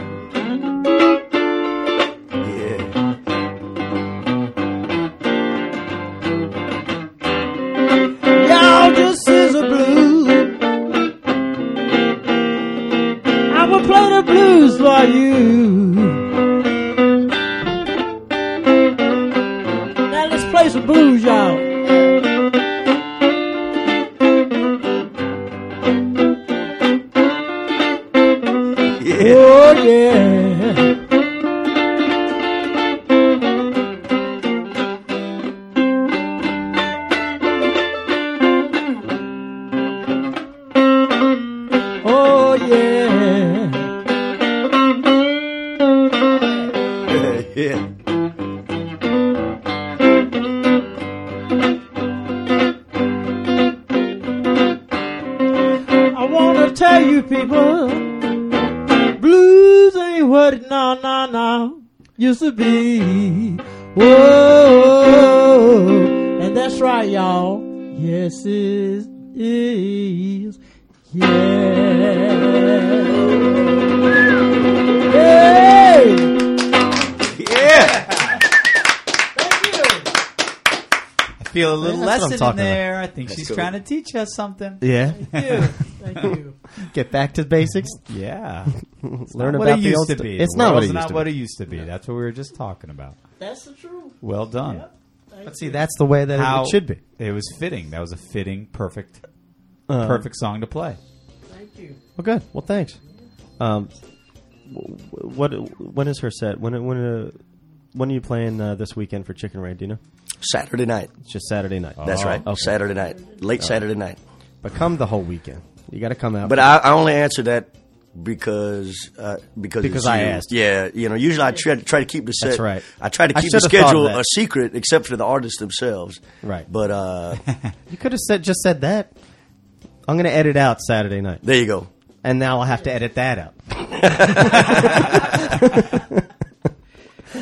Speaker 6: blues for you. Now let's play some blues, y'all.
Speaker 5: Yeah.
Speaker 6: Oh yeah. Oh yeah.
Speaker 5: yeah.
Speaker 6: I wanna tell you people, blues ain't what it no no no used to be. Whoa, and that's right, y'all. Yes, it is. Yeah. Hey.
Speaker 5: Yeah.
Speaker 3: I feel a little
Speaker 4: That's what I'm
Speaker 3: lesson in
Speaker 4: talking about.
Speaker 3: there. I think she's
Speaker 5: cool.
Speaker 3: trying to teach us something.
Speaker 4: Yeah.
Speaker 6: Thank you.
Speaker 4: Get back to basics.
Speaker 3: Yeah,
Speaker 4: Learn
Speaker 3: what
Speaker 4: about
Speaker 3: it
Speaker 4: the
Speaker 3: used
Speaker 4: old
Speaker 3: to
Speaker 4: stu-
Speaker 3: be.
Speaker 4: It's
Speaker 3: The
Speaker 4: not what
Speaker 3: world's
Speaker 4: it used
Speaker 3: not
Speaker 4: to
Speaker 3: what
Speaker 4: be.
Speaker 3: it used to be. That's what we were just talking about.
Speaker 6: That's the truth.
Speaker 3: Well done.
Speaker 4: But see, that's the way that
Speaker 3: How
Speaker 4: it should be.
Speaker 3: It was fitting. That was a fitting, perfect,
Speaker 4: Um,
Speaker 3: perfect song to play.
Speaker 6: Thank you.
Speaker 4: Well, good. Well, thanks. Um, w- w- what? When is her set? When? When? Uh, when are you playing uh, this weekend for Chicken Raid? Do you know?
Speaker 5: Saturday night.
Speaker 4: It's just Saturday night.
Speaker 5: That's
Speaker 3: Oh.
Speaker 5: right.
Speaker 4: Okay.
Speaker 5: Saturday night. Late Saturday night.
Speaker 4: But come the whole weekend. You got to come out.
Speaker 5: But I, I only answer that because uh, because
Speaker 4: Because
Speaker 5: it's
Speaker 4: I
Speaker 5: you.
Speaker 4: asked.
Speaker 5: Yeah, you know, usually I try, try to keep the set.
Speaker 4: That's right.
Speaker 5: I try to
Speaker 4: I
Speaker 5: keep the
Speaker 4: should have thought of
Speaker 5: schedule
Speaker 4: that.
Speaker 5: a secret, except for the artists themselves.
Speaker 4: Right.
Speaker 5: But uh,
Speaker 4: you could have said just said that. I'm going to edit out Saturday night,
Speaker 5: there you go.
Speaker 4: and now I'll have to edit that out.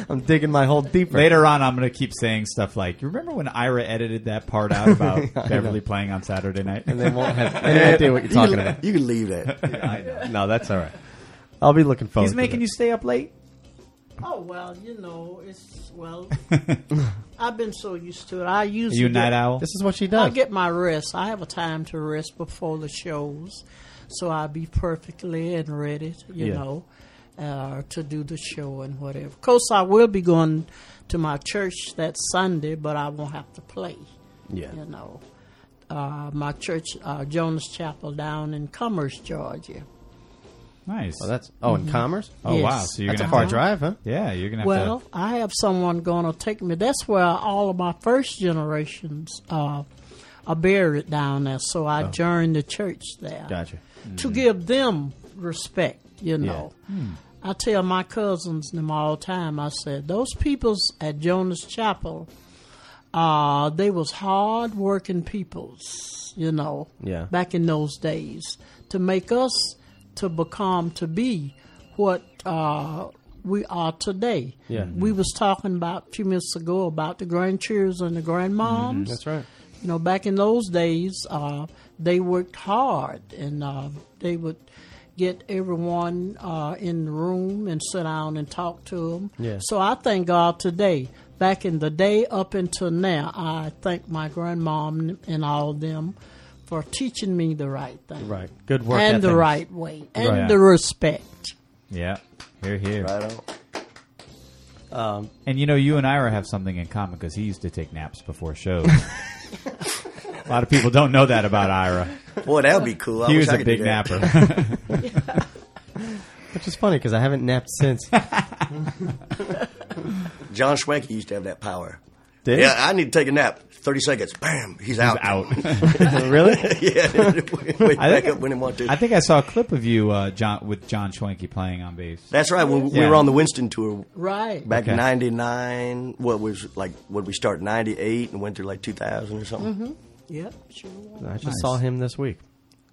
Speaker 4: I'm digging my hole deeper.
Speaker 3: Later on, I'm going to keep saying stuff like, "You remember when Ira edited that part out about Beverly playing on Saturday night?"
Speaker 4: They won't have any idea what you're talking about.
Speaker 5: You can leave that.
Speaker 3: I know.
Speaker 4: No, that's all right. I'll be looking forward.
Speaker 3: He's making
Speaker 4: to
Speaker 3: you stay up late.
Speaker 6: Oh well, you know, it's well. I've been so used to it. I used
Speaker 3: Are you a
Speaker 6: to
Speaker 3: night
Speaker 6: get-
Speaker 3: owl?
Speaker 4: This is what she
Speaker 6: I
Speaker 4: does.
Speaker 6: get my rest. I have a time to rest before the shows, so I'll be perfectly and ready, you
Speaker 4: Yeah.
Speaker 6: know, uh, to do the show and whatever. Of course, I will be going to my church that Sunday, but I won't have to play,
Speaker 4: yeah.
Speaker 6: you know. Uh, my church, uh, Jones Chapel, down in Commerce, Georgia.
Speaker 3: Nice.
Speaker 4: Oh, that's oh, in Commerce.
Speaker 3: oh
Speaker 6: yes. Uh-huh.
Speaker 3: wow. So you're
Speaker 4: that's a
Speaker 3: gonna
Speaker 4: far
Speaker 3: have to-
Speaker 4: drive, huh?
Speaker 3: Yeah, you're gonna have
Speaker 6: Well,
Speaker 3: to.
Speaker 6: I have someone going to take me. That's where all of my first generations uh, are buried down there. So
Speaker 3: Oh.
Speaker 6: I joined the church there
Speaker 4: Gotcha.
Speaker 6: to
Speaker 3: Mm-hmm.
Speaker 6: give them respect. You know,
Speaker 3: Hmm.
Speaker 6: I tell my cousins and them all the time. I said those peoples at Jonas Chapel, uh, they was hard working peoples. You know,
Speaker 4: Yeah.
Speaker 6: back in those days to make us to become to be what uh, we are today.
Speaker 4: Yeah.
Speaker 6: We was talking about a few minutes ago about the grandcheers and the grandmoms.
Speaker 4: That's right.
Speaker 6: You know, back in those days, uh, they worked hard and uh, they would get everyone uh, in the room and sit down and talk to them.
Speaker 4: Yeah.
Speaker 6: So I thank God today. Back in the day up until now, I thank my grandmom and all of them for teaching me the right thing
Speaker 4: Right. Good work.
Speaker 6: and the
Speaker 4: ethics.
Speaker 6: right way and
Speaker 3: Right.
Speaker 6: the respect.
Speaker 3: Yeah. Here, here.
Speaker 5: I don't.
Speaker 3: And you know, you and Ira have something in common because he used to take naps before shows. a lot of people don't know that about Ira.
Speaker 5: Boy, that would be cool. I
Speaker 3: He
Speaker 5: wish
Speaker 3: was
Speaker 5: I
Speaker 3: a
Speaker 5: could
Speaker 3: big
Speaker 5: do that.
Speaker 3: napper.
Speaker 4: Which is funny because I haven't napped since.
Speaker 5: John Schwenke used to have that power.
Speaker 4: Did
Speaker 5: Yeah, I need to take a nap. Thirty seconds. Bam. He's out.
Speaker 3: out.
Speaker 4: Oh, really?
Speaker 5: yeah. Wake back up when he wants to.
Speaker 3: I think I saw a clip of you, uh, John, with John Schwenke playing on bass.
Speaker 5: That's right. When we
Speaker 3: Yeah.
Speaker 5: were on the Winston tour
Speaker 6: Right.
Speaker 5: back
Speaker 3: Okay.
Speaker 5: in '99, what was like? What we start '98 and went through like 2000 or something.
Speaker 6: Yep. Sure was.
Speaker 4: I just saw him this week.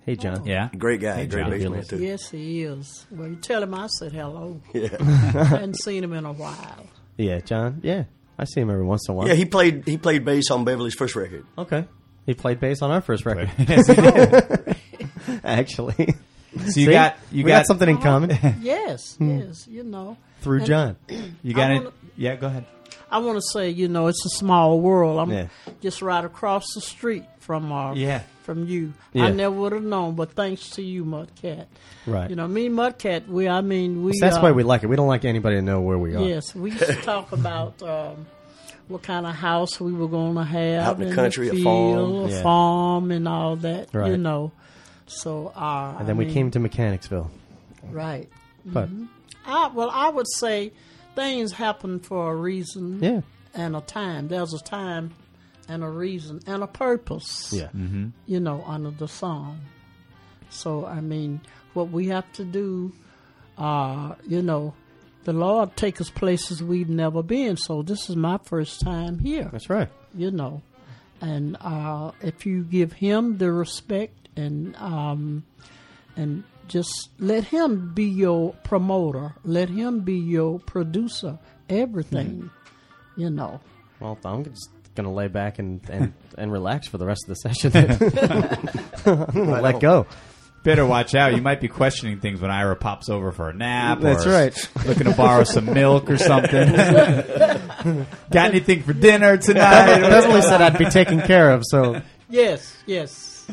Speaker 4: Hey, John.
Speaker 3: Yeah,
Speaker 5: Great guy,
Speaker 3: Hey,
Speaker 5: great
Speaker 3: John.
Speaker 5: bass man too.
Speaker 6: Yes, he is. Well, you tell him I said hello.
Speaker 5: Yeah.
Speaker 6: I hadn't seen him in a while.
Speaker 4: Yeah, John. Yeah, I see him every once in a while.
Speaker 5: yeah, he played he played bass on Beverly's first record.
Speaker 4: okay. He played bass on our first record,
Speaker 3: Yes, he did.
Speaker 4: actually.
Speaker 3: So you got you
Speaker 4: we got, something
Speaker 6: Uh-huh.
Speaker 4: in common Hmm.
Speaker 6: Yes, yes, you know.
Speaker 4: through John.
Speaker 3: You got
Speaker 6: I
Speaker 3: it.
Speaker 6: wanna-
Speaker 3: Yeah, go ahead.
Speaker 6: I want to say, you know, it's a small world. I'm
Speaker 4: Yeah.
Speaker 6: just right across the street from uh,
Speaker 3: Yeah.
Speaker 6: from you.
Speaker 4: Yeah.
Speaker 6: I never would have known, but thanks to you, Mudcat.
Speaker 4: Right.
Speaker 6: You know, me and Mudcat, we, I mean, we.
Speaker 4: So that's
Speaker 6: uh,
Speaker 4: why we like it. We don't like anybody to know where we are.
Speaker 6: Yes, we used to talk about um, what kind of house we were going to have
Speaker 5: Out in the country, a farm.
Speaker 6: field,
Speaker 4: Yeah.
Speaker 6: farm and all that. You
Speaker 4: Right.
Speaker 6: know, so uh,
Speaker 4: And then
Speaker 6: I
Speaker 4: we
Speaker 6: mean, Mm-hmm.
Speaker 4: came to Mechanicsville.
Speaker 6: right.
Speaker 4: But
Speaker 6: I, well, I would say things happen for a reason
Speaker 4: yeah.
Speaker 6: and a time. There's a time and a reason and a purpose.
Speaker 4: Yeah.
Speaker 6: you know, under the sun. So, I mean, what we have to do, uh, you know, the Lord take us places we've never been. So this is my first time here,
Speaker 4: That's right.
Speaker 6: you know. And uh, if you give Him the respect and um, and just let Him be your promoter, let Him be your producer, everything,
Speaker 4: Mm-hmm.
Speaker 6: you know.
Speaker 4: Well, I'm just going to lay back and, and, and relax for the rest of the session. I'm going to let go.
Speaker 3: Better watch out. You might be questioning things when Ira pops over for a nap.
Speaker 4: That's
Speaker 3: or
Speaker 4: right.
Speaker 3: Looking to borrow some milk or something. Got anything for dinner tonight?
Speaker 4: Beverly said I'd be taken care of, so
Speaker 6: Yes, yes.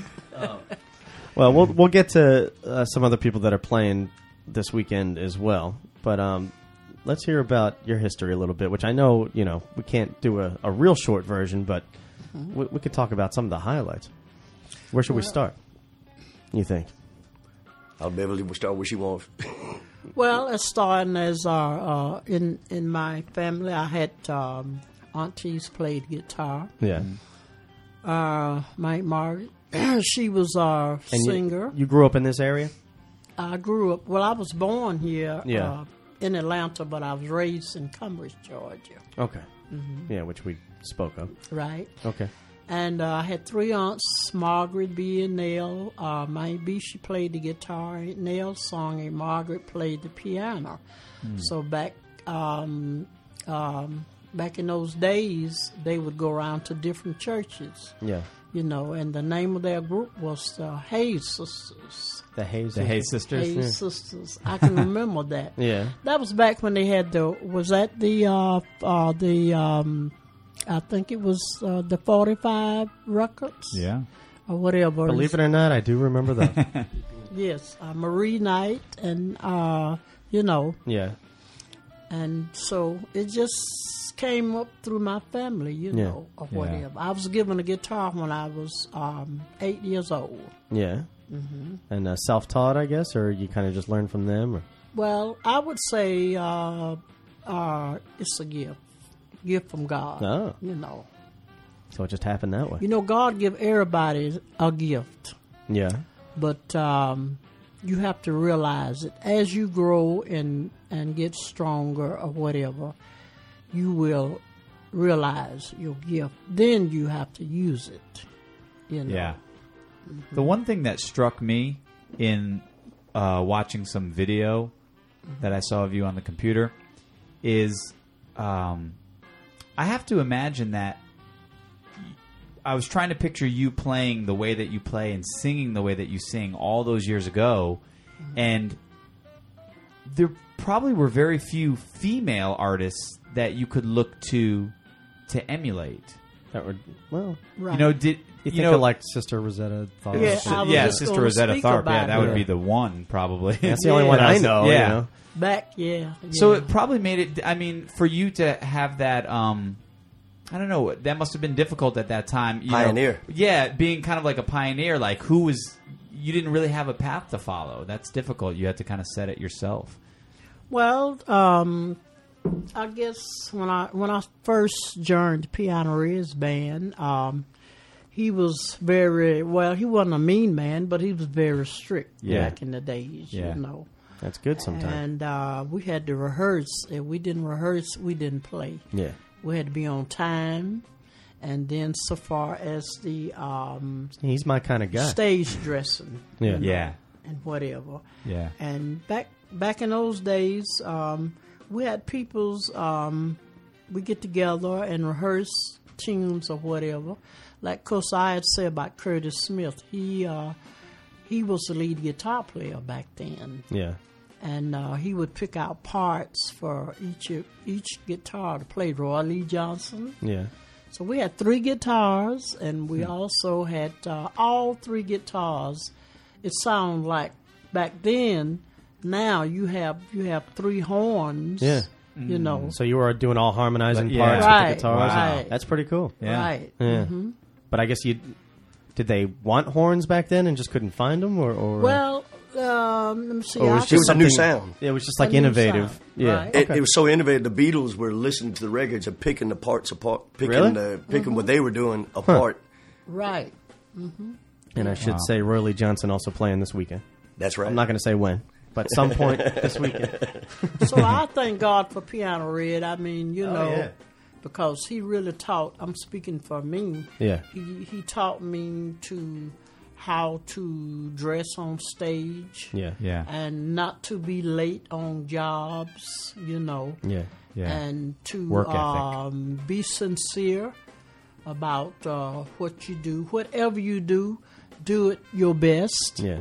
Speaker 4: Well, we'll we'll get to uh, some other people that are playing this weekend as well, but um, let's hear about your history a little bit, which I know you know we can't do a, a real short version, but we, we could talk about some of the highlights. Where should we start? You think?
Speaker 5: I'll be able to Uh, start where she wants.
Speaker 6: Well, as starting as uh, uh, in in my family, I had um, aunties played guitar.
Speaker 4: Yeah,
Speaker 6: Uh, my Margaret, she was a
Speaker 4: and you-
Speaker 6: singer.
Speaker 4: You, grew up in this area.
Speaker 6: I grew up. Well, I was born here
Speaker 4: Yeah.
Speaker 6: uh, in Atlanta, but I was raised in Cumbridge, Georgia.
Speaker 4: Okay. Yeah, which we spoke of.
Speaker 6: Right,
Speaker 4: Okay.
Speaker 6: and uh, I had three aunts: Margaret B and Nell. Uh, my B she played the guitar. Aunt Nell sung, and Margaret played the piano. So back um, um, back in those days, they would go around to different churches,
Speaker 4: Yeah.
Speaker 6: you know, and the name of their group was the Hayes Sisters.
Speaker 4: The Hayes.
Speaker 3: The Hay sisters.
Speaker 6: Hayes Sisters. I can remember that.
Speaker 4: Yeah.
Speaker 6: That was back when they had the. Was that the uh, uh, the um, I think it was uh, the forty five records.
Speaker 3: Yeah.
Speaker 6: Or whatever.
Speaker 4: Believe it or not, I do remember that.
Speaker 6: Yes, uh, Marie Knight and uh, you know
Speaker 4: yeah.
Speaker 6: and so it just came up through my family, you
Speaker 4: Yeah.
Speaker 6: know, or
Speaker 3: Yeah.
Speaker 6: whatever. I was given a guitar when I was um, eight years old.
Speaker 4: Yeah.
Speaker 6: Mm-hmm.
Speaker 4: And uh, self-taught, I guess, or you kind of just learned from them, or
Speaker 6: Well, I would say uh, uh, it's a gift, gift from God.
Speaker 4: Oh.
Speaker 6: You know,
Speaker 4: so it just happened that way.
Speaker 6: you know, God give everybody a gift,
Speaker 4: Yeah.
Speaker 6: but um, you have to realize it as you grow and and get stronger or whatever. You will realize your gift. Then you have to use it. You know.
Speaker 3: Yeah. The one thing that struck me in uh, watching some video that I saw of you on the computer is um, I have to imagine that I was trying to picture you playing the way that you play and singing the way that you sing all those years ago,
Speaker 4: Mm-hmm.
Speaker 3: and there probably were very few female artists that you could look to to emulate.
Speaker 4: That would well.
Speaker 6: Right.
Speaker 3: You know, did
Speaker 4: You,
Speaker 3: you,
Speaker 4: think
Speaker 3: know
Speaker 4: of like Sister Rosetta? Tharpe.
Speaker 6: Yeah, I was
Speaker 3: yeah,
Speaker 6: just
Speaker 3: Sister
Speaker 6: gonna
Speaker 3: Rosetta
Speaker 6: speak
Speaker 3: Tharpe.
Speaker 6: about
Speaker 3: Yeah, that
Speaker 6: it.
Speaker 3: would be the one probably.
Speaker 4: that's the only one I know.
Speaker 3: Yeah.
Speaker 4: Yeah. You know?
Speaker 6: back. Yeah.
Speaker 3: So
Speaker 6: yeah.
Speaker 3: it probably made it. I mean, for you to have that, um, I don't know. That must have been difficult at that time. You know.
Speaker 5: Pioneer.
Speaker 3: yeah, being kind of like a pioneer. Like who was? You didn't really have a path to follow. That's difficult. You had to kind of set it yourself.
Speaker 6: Well, um, I guess when I when I first joined the Piano Riz band, um, he was very well. He wasn't a mean man, but he was very strict
Speaker 3: Yeah.
Speaker 6: back in the days,
Speaker 3: Yeah.
Speaker 6: you know.
Speaker 4: That's good sometimes.
Speaker 6: And uh, we had to rehearse. If we didn't rehearse, we didn't play.
Speaker 4: Yeah.
Speaker 6: We had to be on time. And then, so far as the um,
Speaker 4: He's my kind of guy.
Speaker 6: stage dressing
Speaker 4: yeah.
Speaker 3: Yeah,
Speaker 6: and whatever,
Speaker 3: yeah,
Speaker 6: and back back in those days, um, we had people's um, we get together and rehearse tunes or whatever. Like, course, I had said about Curtis Smith, he uh, he was the lead guitar player back then,
Speaker 4: Yeah.
Speaker 6: and uh, he would pick out parts for each each guitar to play. Roy Lee Johnson.
Speaker 4: Yeah.
Speaker 6: So we had three guitars, and we also had uh, all three guitars. It sounded like back then. Now you have you have three horns.
Speaker 4: Yeah.
Speaker 6: You know.
Speaker 4: So you were doing all harmonizing
Speaker 3: Like, yeah.
Speaker 4: parts
Speaker 6: Right,
Speaker 4: with the guitars.
Speaker 6: right.
Speaker 4: That's pretty cool.
Speaker 3: Yeah.
Speaker 6: Right.
Speaker 4: Mm.
Speaker 6: Mm-hmm.
Speaker 4: Yeah. But I guess you did they want horns back then and just couldn't find them, or, or
Speaker 6: Well, um, let me see.
Speaker 4: or
Speaker 6: I
Speaker 4: was Oh,
Speaker 6: can-
Speaker 4: just
Speaker 5: a new
Speaker 4: something-
Speaker 5: sound.
Speaker 4: It was just like
Speaker 6: A new
Speaker 4: innovative.
Speaker 6: sound,
Speaker 4: Yeah.
Speaker 6: right.
Speaker 5: It, it was so innovative. The Beatles were listening to the records and picking the parts apart, picking
Speaker 4: Really?
Speaker 5: the picking what they were doing apart.
Speaker 6: right.
Speaker 4: And I should
Speaker 3: Wow.
Speaker 4: say Roy Lee Johnson also playing this weekend.
Speaker 5: That's right.
Speaker 4: I'm not going to say when, but some point this weekend.
Speaker 6: so I thank God for Piano Red. I mean, you know,
Speaker 4: Oh, yeah.
Speaker 6: because he really taught. I'm speaking for me.
Speaker 4: Yeah.
Speaker 6: He he taught me to how to dress on stage.
Speaker 4: Yeah.
Speaker 3: Yeah.
Speaker 6: And not to be late on jobs. You know.
Speaker 4: Yeah.
Speaker 3: Yeah.
Speaker 6: And to
Speaker 3: Work ethic.
Speaker 6: um, be sincere about uh, what you do, whatever you do. Do it your best
Speaker 4: Yeah.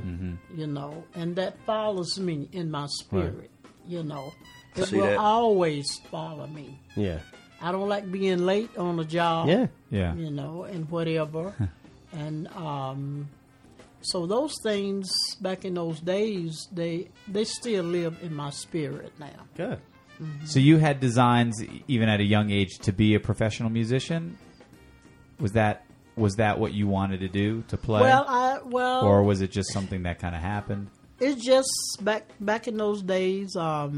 Speaker 6: you know, and that follows me in my spirit, you know. It
Speaker 5: See
Speaker 6: will
Speaker 5: that?
Speaker 6: always follow me.
Speaker 4: Yeah.
Speaker 6: I don't like being late on a job,
Speaker 4: Yeah.
Speaker 3: yeah.
Speaker 6: you know, and whatever. and um, so those things back in those days, they they still live in my spirit now.
Speaker 4: Good.
Speaker 3: So you had designs e- even at a young age to be a professional musician. Was that was that what you wanted to do to play,
Speaker 6: Well, I well,
Speaker 3: or was it just something that kind of happened?
Speaker 6: it's just back back in those days um,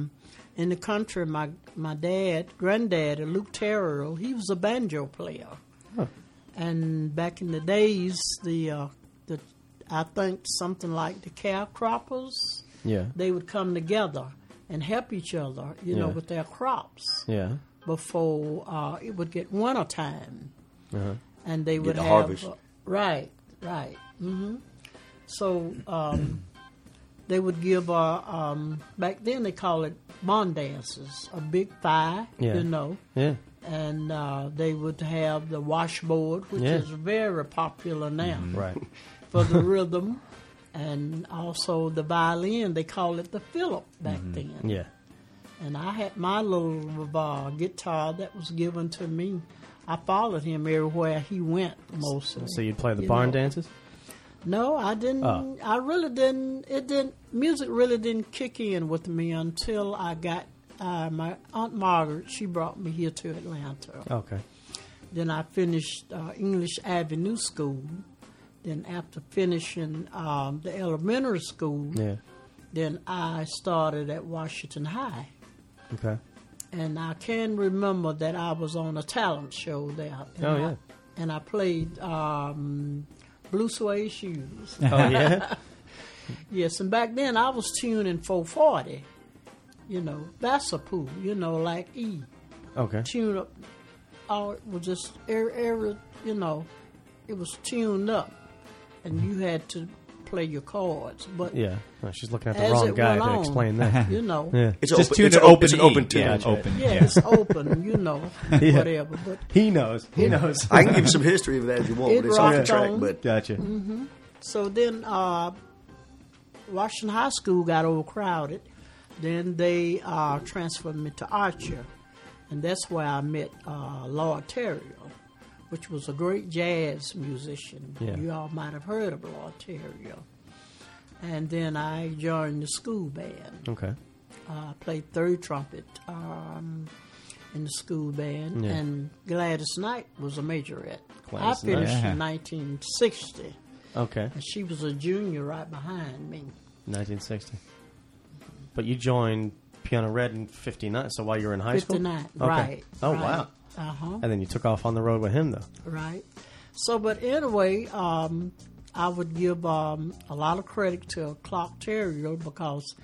Speaker 6: in the country. My my dad, granddad, Luke Terrell, he was a banjo player, and back in the days, the uh, the I think something like the cow croppers,
Speaker 4: Yeah.
Speaker 6: they would come together and help each other, you know,
Speaker 4: Yeah.
Speaker 6: with their crops
Speaker 4: Yeah.
Speaker 6: before uh, it would get winter time,
Speaker 4: Uh-huh.
Speaker 6: and they would
Speaker 5: the
Speaker 6: have
Speaker 5: harvest.
Speaker 6: right, right. hmm So um, they would give uh, um, back then they call it bond dances, a big fire,
Speaker 4: Yeah.
Speaker 6: you know,
Speaker 4: Yeah.
Speaker 6: and uh, they would have the washboard, which
Speaker 4: Yeah. Mm-hmm.
Speaker 6: is very popular now
Speaker 4: Right.
Speaker 6: for the rhythm. And also the violin, they call it the Philip back
Speaker 4: Mm-hmm.
Speaker 6: then.
Speaker 4: Yeah.
Speaker 6: And I had my little uh, guitar that was given to me. I followed him everywhere he went mostly.
Speaker 4: So you'd play the
Speaker 6: You
Speaker 4: barn
Speaker 6: know.
Speaker 4: dances?
Speaker 6: No, I didn't.
Speaker 4: Oh.
Speaker 6: I really didn't. It didn't. Music really didn't kick in with me until I got uh, my aunt Margaret. She brought me here to Atlanta.
Speaker 4: Okay.
Speaker 6: Then I finished uh, English Avenue School. Then after finishing um, the elementary school,
Speaker 4: Yeah.
Speaker 6: then I started at Washington High.
Speaker 4: Okay.
Speaker 6: and I can remember that I was on a talent show there. And
Speaker 4: Oh,
Speaker 6: I,
Speaker 4: yeah.
Speaker 6: And I played um, blue suede shoes.
Speaker 4: Oh yeah.
Speaker 6: yes, and back then I was tuning 440. You know, that's a poo. You know, like E
Speaker 4: Okay.
Speaker 6: tuned up. All it was just every, every you know, it was tuned up, and you had to play your cards. But
Speaker 4: Yeah. Oh, she's looking at the
Speaker 6: as
Speaker 4: wrong
Speaker 6: it
Speaker 4: guy
Speaker 6: went
Speaker 4: to
Speaker 6: on,
Speaker 4: explain that.
Speaker 6: You know,
Speaker 4: yeah.
Speaker 5: It's
Speaker 3: just
Speaker 5: open,
Speaker 3: tune
Speaker 5: it's
Speaker 3: it
Speaker 5: a-
Speaker 3: open.
Speaker 5: It's an open
Speaker 3: E.
Speaker 5: tune.
Speaker 3: Yeah, open.
Speaker 6: yeah,
Speaker 3: Yeah.
Speaker 6: it's open. You know, whatever. But
Speaker 4: He knows. He knows.
Speaker 5: I can give you some history of that if you want,
Speaker 6: It
Speaker 5: but it's off the
Speaker 6: rocked
Speaker 5: track.
Speaker 6: on.
Speaker 5: But
Speaker 4: Gotcha.
Speaker 6: So then, uh, Washington High School got overcrowded. Then they uh, transferred me to Archer, and that's where I met uh, Lord Terrio, which was a great jazz musician.
Speaker 4: Yeah.
Speaker 6: You all might have heard of Lord Terrio. And then I joined the school band.
Speaker 4: Okay. Mm-hmm.
Speaker 6: I played third trumpet um, in the school band,
Speaker 4: Yeah.
Speaker 6: and Gladys Knight was a majorette.
Speaker 4: Gladys
Speaker 6: I
Speaker 4: Knight.
Speaker 6: finished
Speaker 3: Yeah.
Speaker 6: in 1960.
Speaker 4: Okay.
Speaker 6: And she was a junior right behind me.
Speaker 4: 1960. But you joined Piano Red in 59, so while you were in high school?
Speaker 6: 59. Right.
Speaker 4: Oh,
Speaker 6: right.
Speaker 4: wow.
Speaker 6: Uh huh.
Speaker 4: And then you took off on the road with him, though.
Speaker 6: Right. So, but anyway, um, I would give um, a lot of credit to Clark Terrier because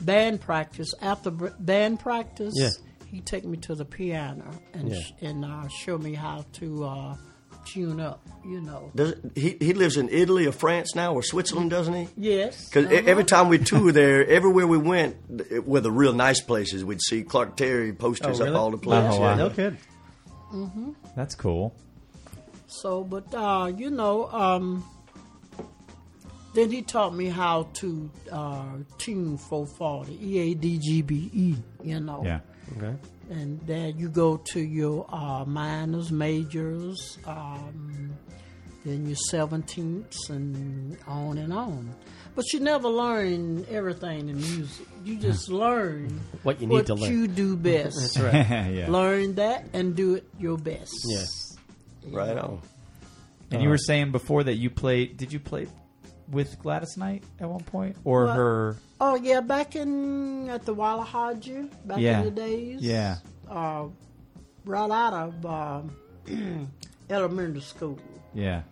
Speaker 6: band practice, after br- band practice,
Speaker 4: Yeah.
Speaker 6: he take me to the piano and,
Speaker 4: Yeah.
Speaker 6: sh- and uh, show me how to uh, tune up, you know.
Speaker 5: does, he he lives in Italy or France now or Switzerland, doesn't he?
Speaker 6: Yes.
Speaker 5: Because
Speaker 6: uh-huh.
Speaker 5: e-, every time we toured there, everywhere we went, it were the real nice places. We'd see Clark Terry posters
Speaker 4: really?
Speaker 5: up all the place.
Speaker 3: Oh, wow.
Speaker 4: No kid.
Speaker 3: That's cool.
Speaker 6: So, but uh, you know, um, Then he taught me how to uh, tune 440, E A D G B E, you know.
Speaker 3: Yeah.
Speaker 4: Okay.
Speaker 6: And then you go to your uh, minors, majors, um, then your 17ths, and on and on. But you never learn everything in music. You just learn
Speaker 4: What you need to learn.
Speaker 6: you do best.
Speaker 3: yeah.
Speaker 6: Learn that and do it your best.
Speaker 4: Yes.
Speaker 5: Right on.
Speaker 3: And you were saying before that you played. Did you play with Gladys Knight at one point, or
Speaker 6: Well,
Speaker 3: her?
Speaker 6: Oh yeah, back in at the Walla Hodge, back
Speaker 3: Yeah.
Speaker 6: in the days.
Speaker 3: Yeah.
Speaker 6: Uh, right out of um elementary school.
Speaker 3: Yeah.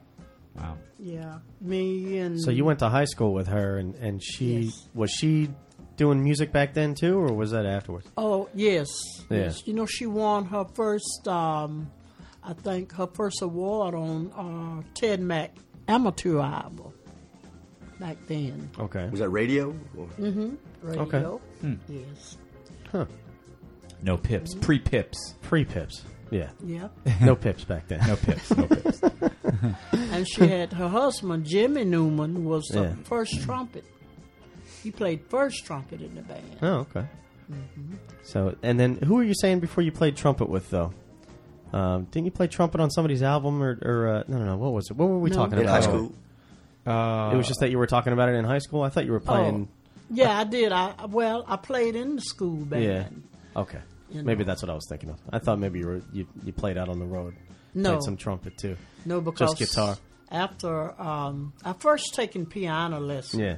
Speaker 3: Wow.
Speaker 6: Yeah, me and
Speaker 4: So you went to high school with her, and and she
Speaker 6: Yes.
Speaker 4: was she doing music back then too, or was that afterwards?
Speaker 6: Oh yes,
Speaker 4: Yeah.
Speaker 6: yes. You know she won her first, um, I think her first award on uh, Ted Mac Amateur Album back then.
Speaker 4: Okay.
Speaker 5: Was that radio? Or-
Speaker 6: Radio.
Speaker 4: Hmm.
Speaker 6: Yes.
Speaker 3: No
Speaker 6: Mm-hmm.
Speaker 3: pips. Pre pips.
Speaker 4: Pre pips. Yeah.
Speaker 6: Yeah.
Speaker 4: No pips back then.
Speaker 3: No pips. No pips.
Speaker 6: and she had her husband Jimmy Newman was the
Speaker 4: Yeah.
Speaker 6: first trumpet. He played first trumpet in the band.
Speaker 4: Oh, okay.
Speaker 6: Mm-hmm.
Speaker 4: So, and then who were you saying before you played trumpet with though? Um, didn't you play trumpet on somebody's album or, or uh, no, no, no? What was it? What were we
Speaker 6: No.
Speaker 4: talking
Speaker 5: In high
Speaker 4: about?
Speaker 5: school.
Speaker 4: It was just that you were talking about it in high school. I thought you were playing.
Speaker 6: Oh, Yeah, I did. I well, I played in the school band.
Speaker 4: yeah. Okay.
Speaker 6: Oh. You
Speaker 4: Maybe
Speaker 6: know.
Speaker 4: that's what I was thinking of. I thought maybe you were you, you played out on the road.
Speaker 6: No.
Speaker 4: Played some trumpet too.
Speaker 6: No, because
Speaker 4: guitar.
Speaker 6: After um, I first taken piano lessons,
Speaker 4: Yeah.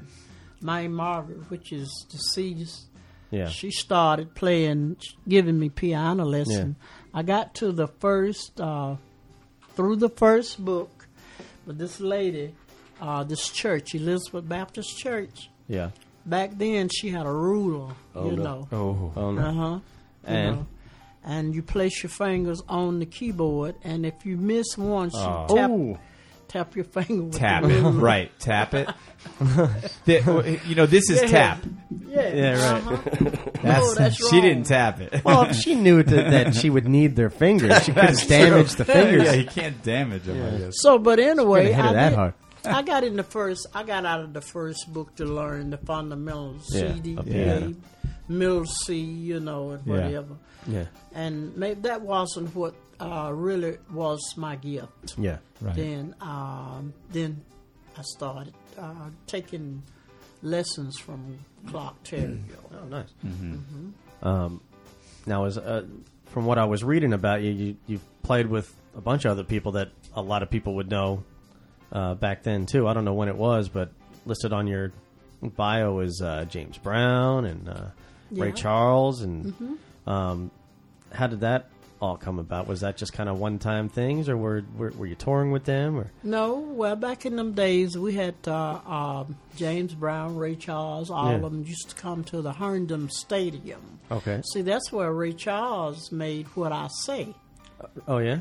Speaker 6: my Margaret, which is deceased,
Speaker 4: Yeah.
Speaker 6: she started playing, giving me piano lesson. I got to the first, uh, through the first book, but this lady, uh, this church, Elizabeth Baptist Church,
Speaker 4: yeah.
Speaker 6: back then she had a ruler, you know.
Speaker 4: Oh. no.
Speaker 6: Uh huh.
Speaker 4: And-
Speaker 6: and you place your fingers on the keyboard, and if you miss one, she tap,
Speaker 4: Oh.
Speaker 6: tap your finger with
Speaker 3: tap
Speaker 6: the
Speaker 3: it.
Speaker 6: ruler.
Speaker 3: Right. Tap it. Th- you know, this is tap.
Speaker 6: Yeah, Uh-huh.
Speaker 4: Yeah, right.
Speaker 3: That's,
Speaker 6: that's
Speaker 3: she didn't
Speaker 6: wrong.
Speaker 3: tap it.
Speaker 4: Well, if she knew that, that she would need their fingers, she could have damaged the fingers.
Speaker 3: yeah, you can't damage them. I guess.
Speaker 6: So, but anyway,
Speaker 4: Couldn't hit
Speaker 6: I,
Speaker 4: it that
Speaker 6: did-
Speaker 4: hard.
Speaker 6: I got in the first. I got out of the first book to learn the fundamentals:
Speaker 4: Yeah,
Speaker 6: CD,
Speaker 4: a
Speaker 6: yeah.
Speaker 4: piano.
Speaker 6: middle C, you know, and
Speaker 3: Yeah.
Speaker 6: whatever.
Speaker 4: Yeah.
Speaker 6: And maybe that wasn't what uh, really was my gift.
Speaker 4: Yeah.
Speaker 3: Right.
Speaker 6: Then, um, then I started uh, taking lessons from Clark Terryville.
Speaker 4: Oh, nice. Um, now, as uh, from what I was reading about you, you you played with a bunch of other people that a lot of people would know uh, back then too. I don't know when it was, but listed on your bio is uh, James Brown and uh, Ray
Speaker 6: Yeah. Mm-hmm.
Speaker 4: Charles, and um, how did that all come about? Was that just kind of one time things, or were, were were you touring with them? Or
Speaker 6: No, well, back in them days, we had uh, um, James Brown, Ray Charles, all of
Speaker 4: Yeah.
Speaker 6: them used to come to the Herndon Stadium.
Speaker 4: okay,
Speaker 6: See, that's where Ray Charles made what I say.
Speaker 4: oh yeah,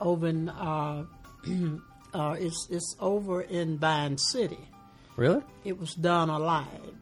Speaker 6: Over in, uh, uh, it's, it's over in Vine City.
Speaker 4: really?
Speaker 6: It was done alive.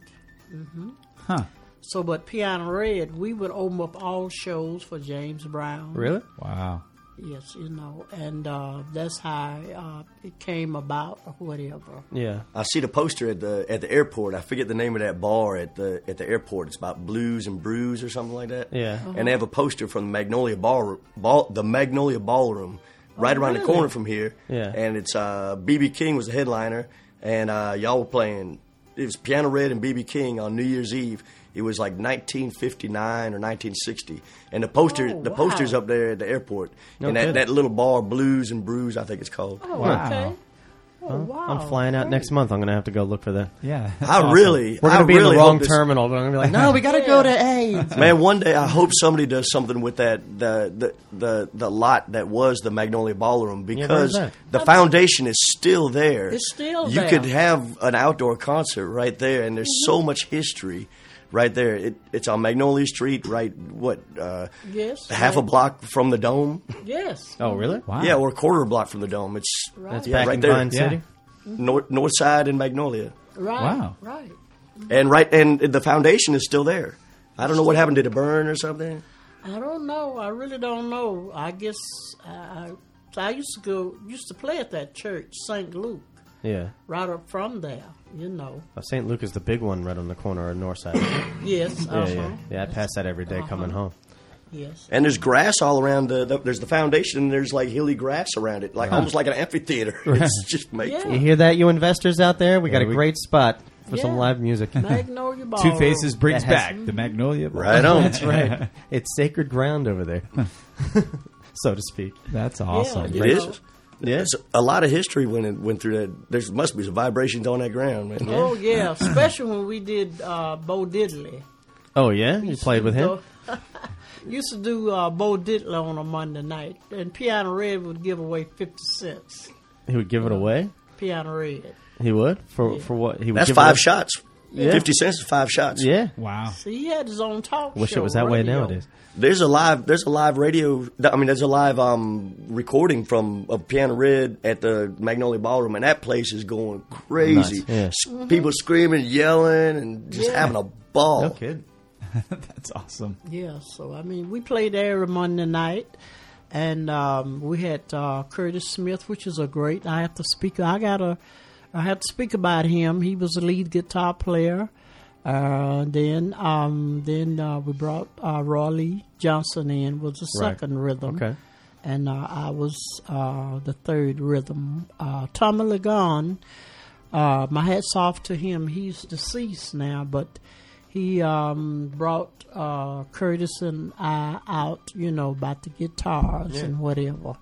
Speaker 3: Huh.
Speaker 6: So, but Piano Red, we would open up all shows for James Brown.
Speaker 4: Really?
Speaker 3: Wow.
Speaker 6: Yes, you know, and uh, that's how uh, it came about or whatever.
Speaker 4: Yeah.
Speaker 5: I see the poster at the at the airport. I forget the name of that bar at the at the airport. It's about blues and brews or something like that.
Speaker 4: Yeah.
Speaker 6: Uh-huh.
Speaker 5: And they have a poster from the Magnolia Ball, ball the Magnolia Ballroom,
Speaker 6: Oh,
Speaker 5: right around the corner from here.
Speaker 4: Yeah.
Speaker 5: And it's uh BB King was the headliner, and uh, y'all were playing. It was Piano Red and BB King on New Year's Eve. It was like 1959 or 1960, and the poster
Speaker 6: Oh,
Speaker 5: the
Speaker 6: wow.
Speaker 5: poster's up there at the airport, and that,
Speaker 4: kidding.
Speaker 5: that little bar, Blues and Brews, I think it's called.
Speaker 6: Oh,
Speaker 3: Wow.
Speaker 6: okay. Oh, wow.
Speaker 4: I'm flying out next month. I'm going to have to go look for that.
Speaker 3: Yeah. that's
Speaker 5: I
Speaker 3: awesome.
Speaker 5: really,
Speaker 4: We're going
Speaker 5: I
Speaker 4: to be in
Speaker 5: really
Speaker 4: the
Speaker 5: hope
Speaker 4: wrong
Speaker 5: this-
Speaker 4: terminal. We're going to be like, no, we got to go to AIDS.
Speaker 5: Man, one day I hope somebody does something with that the the the, the lot that was the Magnolia Ballroom because
Speaker 4: that?
Speaker 5: the foundation is still there.
Speaker 6: It's still
Speaker 5: You
Speaker 6: there. Mm-hmm.
Speaker 5: could have an outdoor concert right there, and there's so much history right there. It, it's on Magnolia Street, right? What? Uh,
Speaker 6: Yes,
Speaker 5: half a
Speaker 6: right.
Speaker 5: block from the dome.
Speaker 6: Yes.
Speaker 4: Oh, really?
Speaker 3: Wow.
Speaker 5: Yeah, or a quarter block from the dome. It's
Speaker 6: That's
Speaker 5: yeah,
Speaker 4: Back
Speaker 5: right
Speaker 4: in
Speaker 5: there.
Speaker 4: Vine
Speaker 3: Yeah.
Speaker 4: City?
Speaker 5: North, north side in Magnolia,
Speaker 6: Right.
Speaker 3: Wow.
Speaker 6: Right.
Speaker 5: and right and the foundation is still there. I don't know what happened. Did it burn or something?
Speaker 6: I don't know. I really don't know. I guess I, I I used to go used to play at that church, St. Luke.
Speaker 4: Yeah.
Speaker 6: right up from there, you know.
Speaker 4: Uh, St. Luke is the big one right on the corner of North Side. yeah,
Speaker 6: Yes, uh-huh.
Speaker 4: yeah. Yeah, I pass that every day coming home.
Speaker 6: yes.
Speaker 5: And there's grass all around the, the there's the foundation and there's like hilly grass around it, like almost like an amphitheater. It's just made
Speaker 6: Yeah.
Speaker 5: for
Speaker 4: You hear that, you investors out there? We got a
Speaker 3: we-
Speaker 4: great spot for some
Speaker 6: Yeah.
Speaker 4: live music.
Speaker 6: Magnolia Ball.
Speaker 3: Two Faces brings
Speaker 4: Oh, That
Speaker 3: back
Speaker 4: has-
Speaker 3: the Magnolia. Ball.
Speaker 5: Right on.
Speaker 4: That's right. it's sacred ground over there, so to speak.
Speaker 3: That's awesome.
Speaker 5: It
Speaker 6: Right.
Speaker 5: is. Yes, a lot of history went in- went through that. There must be some vibrations on that ground, man.
Speaker 6: Oh yeah, especially when we did uh, Bo Diddley.
Speaker 4: Oh yeah, you played with him.
Speaker 6: Used to do uh, Bo Diddley on a Monday night, and Piano Red would give away fifty cents.
Speaker 4: He would give it away.
Speaker 6: Piano Red.
Speaker 4: He would for for what he would.
Speaker 5: That's
Speaker 4: give
Speaker 5: five
Speaker 4: it
Speaker 5: shots. Fifty cents is five shots.
Speaker 4: Yeah.
Speaker 3: Wow.
Speaker 6: See, he had his own talk
Speaker 4: Wish
Speaker 6: show.
Speaker 4: it was that way
Speaker 6: radio.
Speaker 4: nowadays.
Speaker 5: There's a live there's a live radio I mean there's a live um recording from of Piano Red at the Magnolia Ballroom and that place is going crazy.
Speaker 4: Nice, yeah.
Speaker 5: S- People screaming, yelling and just having a ball.
Speaker 4: No kid.
Speaker 3: That's awesome.
Speaker 6: Yeah, so I mean, we played there every Monday night, and um, we had uh, Curtis Smith, which is a great. I have to speak. I gotta. I have to speak about him. He was a lead guitar player. Uh, then, um, then uh, we brought uh, Raw Lee Johnson in was the
Speaker 4: Right.
Speaker 6: second rhythm,
Speaker 4: Okay.
Speaker 6: and uh, I was uh, the third rhythm. Uh, Tommy Lagan, uh, my hats off to him. He's deceased now, but he um, brought uh, Curtis and I out, you know, about the guitars and whatever.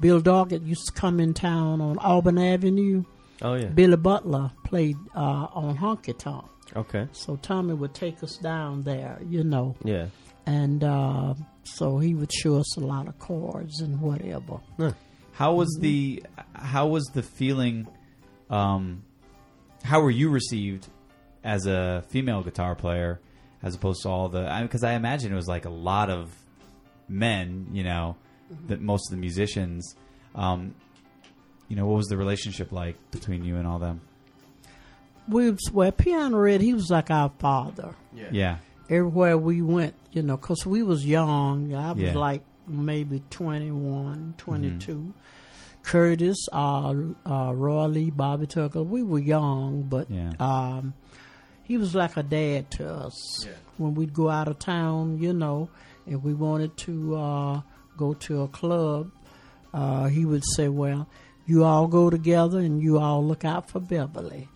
Speaker 6: Bill Doggett used to come in town on Auburn Avenue.
Speaker 4: Oh yeah.
Speaker 6: Billy Butler played uh, on honky tonk,
Speaker 4: Okay.
Speaker 6: so Tommy would take us down there, you know,
Speaker 4: Yeah.
Speaker 6: and uh, so he would show us a lot of chords and whatever.
Speaker 3: How was the how was the feeling? Um, how were you received as a female guitar player, as opposed to all the? Because I, imagine it was like a lot of men, you know,
Speaker 4: Mm-hmm.
Speaker 3: that most of the musicians. Um, you know, what was the relationship like between you and all them?
Speaker 6: We was, well, Piano Red, he was like our father.
Speaker 3: Yeah,
Speaker 6: everywhere we went, you know, 'cause we was young. I was
Speaker 3: Yeah.
Speaker 6: like maybe 21, 22.
Speaker 3: Mm-hmm.
Speaker 6: Curtis, uh, uh, Roy Lee, Bobby Tucker, we were young, but
Speaker 3: Yeah.
Speaker 6: um, he was like a dad to us. When we'd go out of town, you know, if we wanted to uh, go to a club, uh, he would say, well, you all go together and you all look out for Beverly.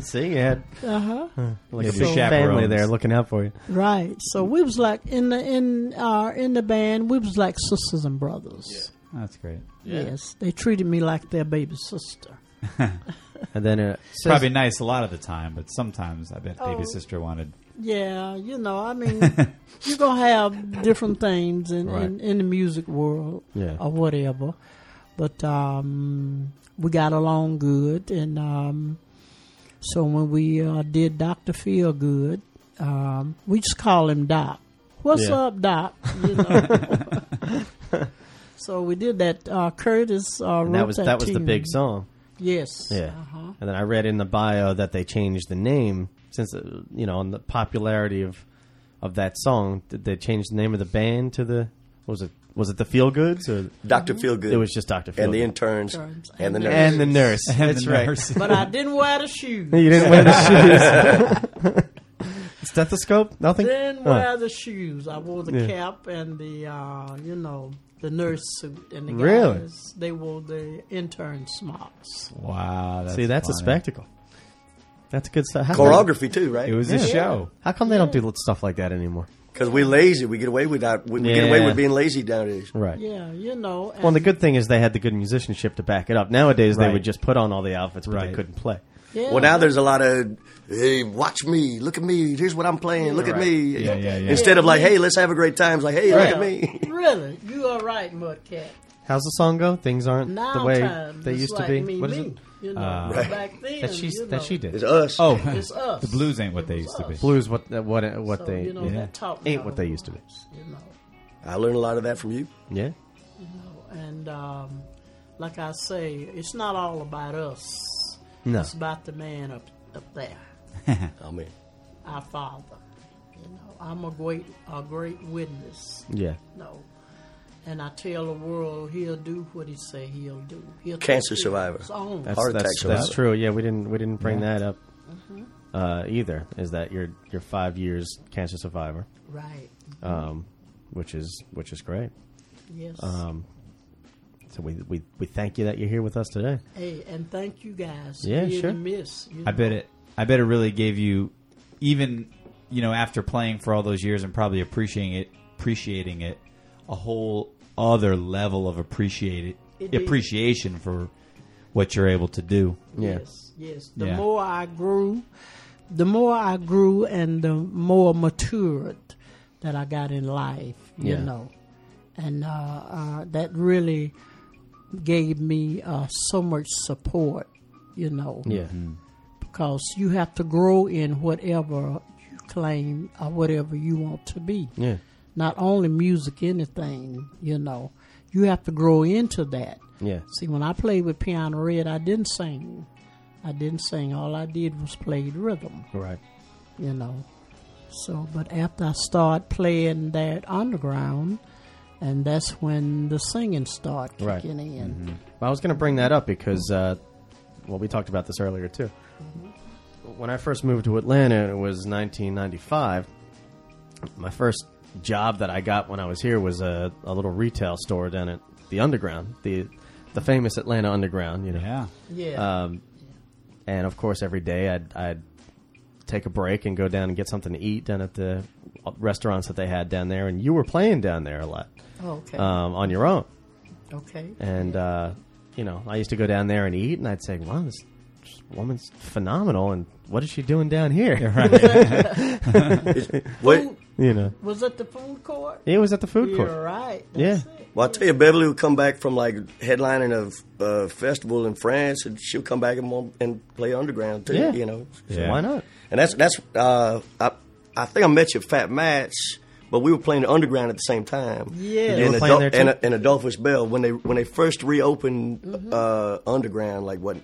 Speaker 4: See, you had like
Speaker 3: Yeah,
Speaker 4: a
Speaker 3: the
Speaker 4: big family
Speaker 3: chaperones.
Speaker 4: there looking out for you.
Speaker 6: Right. So we was like in the in uh in the band, we was like sisters and brothers.
Speaker 3: that's great.
Speaker 6: Yes. They treated me like their baby sister.
Speaker 4: And then it says,
Speaker 3: Probably nice a lot of the time, but sometimes I bet baby
Speaker 6: Oh.
Speaker 3: sister wanted.
Speaker 6: Yeah, you know, I mean you're gonna have different things in, in,
Speaker 4: Right.
Speaker 6: in the music world
Speaker 4: Yeah.
Speaker 6: or whatever. But um we got along good and um so when we uh, did Doctor Feel Good, um, we just call him Doc. What's
Speaker 4: Yeah.
Speaker 6: up, Doc? You know. so we did that. Uh, Curtis uh,
Speaker 4: and
Speaker 6: wrote
Speaker 4: that was that was the
Speaker 6: tune.
Speaker 4: big song.
Speaker 6: Yes.
Speaker 4: Yeah.
Speaker 6: Uh-huh.
Speaker 4: And then I read in the bio that they changed the name since uh, you know on the popularity of of that song. Did they change the name of the band to the what was it was it the Feel Goods or
Speaker 5: Doctor Feelgood.
Speaker 4: it was just Doctor Feel
Speaker 5: and the
Speaker 4: Good?
Speaker 5: interns
Speaker 6: Interns.
Speaker 5: and the
Speaker 6: And
Speaker 5: nurse.
Speaker 4: and the nurse. That's
Speaker 3: the
Speaker 4: right.
Speaker 3: nurse.
Speaker 6: But I didn't wear the shoes.
Speaker 4: You didn't wear the shoes. Stethoscope? Nothing.
Speaker 6: Didn't
Speaker 4: Huh.
Speaker 6: wear the shoes. I wore the
Speaker 4: Yeah.
Speaker 6: cap and the uh, you know the nurse suit and the guys
Speaker 4: Really?
Speaker 6: they wore the intern smocks.
Speaker 3: Wow, that's
Speaker 4: See, that's a
Speaker 3: funny.
Speaker 4: spectacle. That's a good stuff. How come-
Speaker 5: choreography too, right?
Speaker 3: It was
Speaker 4: Yeah.
Speaker 3: a show.
Speaker 4: How come they don't do stuff like that anymore?
Speaker 5: Because we're lazy. We get away with that. We, we get away
Speaker 4: Yeah.
Speaker 5: with being lazy nowadays.
Speaker 4: Right.
Speaker 6: Yeah, you know.
Speaker 4: Well, and the
Speaker 6: and-
Speaker 4: good thing is they had the good musicianship to back it up. Nowadays, they
Speaker 3: Right.
Speaker 4: would just put on all the outfits, but they
Speaker 3: Right.
Speaker 4: couldn't play.
Speaker 6: yeah.
Speaker 5: Well, now there's a lot of, hey, watch me, look at me, here's what I'm playing, look at me.
Speaker 3: Yeah, yeah, yeah.
Speaker 5: Instead of like, hey, let's have a great time, it's like, hey, look at me.
Speaker 6: really, you are right, Mudcat.
Speaker 4: How's the song go? Things aren't
Speaker 6: Now
Speaker 4: the way
Speaker 6: times,
Speaker 4: they
Speaker 6: it's
Speaker 4: used
Speaker 6: like
Speaker 4: to be.
Speaker 6: Me,
Speaker 4: What is
Speaker 6: me,
Speaker 4: it? Uh,
Speaker 6: You know,
Speaker 5: Right.
Speaker 6: back then
Speaker 4: That she
Speaker 6: you know,
Speaker 4: that she did.
Speaker 5: It's us.
Speaker 3: Oh,
Speaker 6: It's us.
Speaker 3: the blues ain't what they used to be.
Speaker 4: Blues what uh, what uh, what
Speaker 6: So,
Speaker 4: they
Speaker 6: you know,
Speaker 4: yeah.
Speaker 6: that taught me
Speaker 4: ain't
Speaker 6: a
Speaker 4: what they
Speaker 6: lot,
Speaker 4: used to be.
Speaker 6: You know,
Speaker 5: I learned a lot of that from you.
Speaker 4: Yeah.
Speaker 6: and um, like I say, it's not all about us.
Speaker 4: No.
Speaker 6: It's about the man up up there,
Speaker 5: I mean,
Speaker 6: our father. You know, I'm a great a great witness.
Speaker 4: Yeah.
Speaker 6: No, And I tell the world he'll do what he say he'll do. He'll take
Speaker 5: Cancer
Speaker 6: care
Speaker 5: survivor.
Speaker 6: of his own.
Speaker 4: That's
Speaker 5: Heart
Speaker 4: that's,
Speaker 5: attack
Speaker 4: that's
Speaker 5: survivor.
Speaker 4: true. Yeah, we didn't we didn't bring that up
Speaker 6: Mm-hmm.
Speaker 4: uh, either. Is that you're you're five years cancer survivor,
Speaker 6: right.
Speaker 4: um, which is which is great.
Speaker 6: Yes.
Speaker 4: Um, So we, we we thank you that you're here with us today.
Speaker 6: hey, and thank you guys.
Speaker 4: Yeah,
Speaker 6: You're
Speaker 4: sure.
Speaker 6: the miss. you
Speaker 3: I bet
Speaker 6: know.
Speaker 3: it. I bet it really gave you, even you know, after playing for all those years and probably appreciating it, appreciating it, a whole other level of appreciate
Speaker 6: It did.
Speaker 3: appreciation for what you're able to do.
Speaker 4: Yeah.
Speaker 6: Yes, yes. The
Speaker 3: Yeah.
Speaker 6: more I grew, the more I grew, and the more matured that I got in life. You
Speaker 4: Yeah.
Speaker 6: know, and uh, uh, that really gave me uh, so much support. You know,
Speaker 4: Yeah,
Speaker 6: because you have to grow in whatever you claim or whatever you want to be
Speaker 4: yeah,
Speaker 6: not only music, anything, you know. You have to grow into that.
Speaker 4: Yeah.
Speaker 6: See, when I played with Piano Red, I didn't sing. I didn't sing. All I did was played rhythm,
Speaker 4: right.
Speaker 6: you know. So, but after I started playing that underground, and that's when the singing started kicking
Speaker 4: Right. Mm-hmm.
Speaker 6: in.
Speaker 4: Well, I was going to bring that up because, uh, well, we talked about this earlier too. When I first moved to Atlanta, it was 1995. My first job that I got when I was here was a, a little retail store down at the Underground, the the famous Atlanta Underground, you know.
Speaker 3: Yeah.
Speaker 6: Yeah.
Speaker 4: Um, and of course, every day I'd, I'd take a break and go down and get something to eat down at the restaurants that they had down there. And you were playing down there a lot
Speaker 6: okay.
Speaker 4: um, on your own.
Speaker 6: okay.
Speaker 4: And uh, you know, I used to go down there and eat, and I'd say, "Wow, this this woman's phenomenal." And what is she doing down here?
Speaker 5: Wait,
Speaker 4: you know,
Speaker 6: Was it the food court?
Speaker 4: it was at the food
Speaker 6: You're
Speaker 4: court.
Speaker 6: right.
Speaker 4: Yeah,
Speaker 6: That's it.
Speaker 5: well, I tell you, Beverly would come back from like headlining a uh, festival in France, and she'll come back and, won't- and play underground too.
Speaker 4: Yeah.
Speaker 5: You know,
Speaker 4: So
Speaker 3: Yeah.
Speaker 4: why not?
Speaker 5: and that's that's uh, I I think I met you at Fat Match, but we were playing the underground at the same time.
Speaker 6: Yeah. You
Speaker 5: and,
Speaker 4: were playing
Speaker 5: Adol-
Speaker 4: there too?
Speaker 5: and, and Adolphus Bell when they when they first reopened
Speaker 6: Mm-hmm.
Speaker 5: uh, underground, like what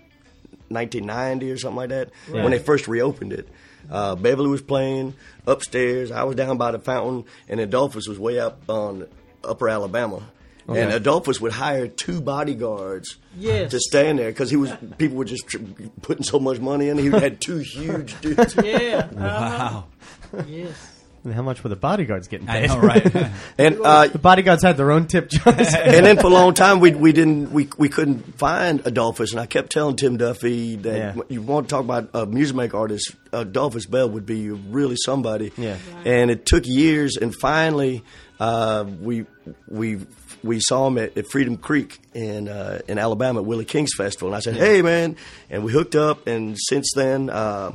Speaker 5: 1990 or something like that. When they first reopened it, uh, Beverly was playing upstairs. I was down by the fountain, and Adolphus was way up on Upper Alabama. And Adolphus would hire two bodyguards
Speaker 6: Yes.
Speaker 5: to stand there because he was people were just tr- putting so much money in. He had two huge dudes.
Speaker 6: Yeah.
Speaker 3: Wow.
Speaker 6: uh-huh. Yes.
Speaker 4: And how much were the bodyguards getting
Speaker 3: I
Speaker 4: paid?
Speaker 3: know, right?
Speaker 5: And uh,
Speaker 4: the bodyguards had their own tip jars.
Speaker 5: and then for a long time we we didn't we we couldn't find Adolphus, and I kept telling Tim Duffy that
Speaker 4: Yeah.
Speaker 5: when you want to talk about a music maker artist, Adolphus Bell would be really somebody.
Speaker 4: Yeah.
Speaker 5: And it took years, and finally uh, we we. We saw him at, at Freedom Creek in uh, in Alabama at Willie King's Festival, and I said, "Hey, man!" And we hooked up, and since then, uh,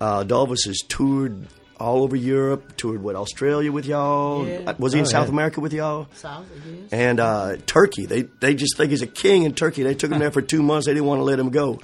Speaker 5: uh, Adolphus has toured all over Europe, toured with Australia with y'all.
Speaker 6: Yeah.
Speaker 5: Was he in
Speaker 4: Oh,
Speaker 5: South
Speaker 4: yeah.
Speaker 5: America with y'all?
Speaker 6: South, yes.
Speaker 5: and uh, Turkey. They they just think he's a king in Turkey. They took him there for two months. They didn't want to let him go.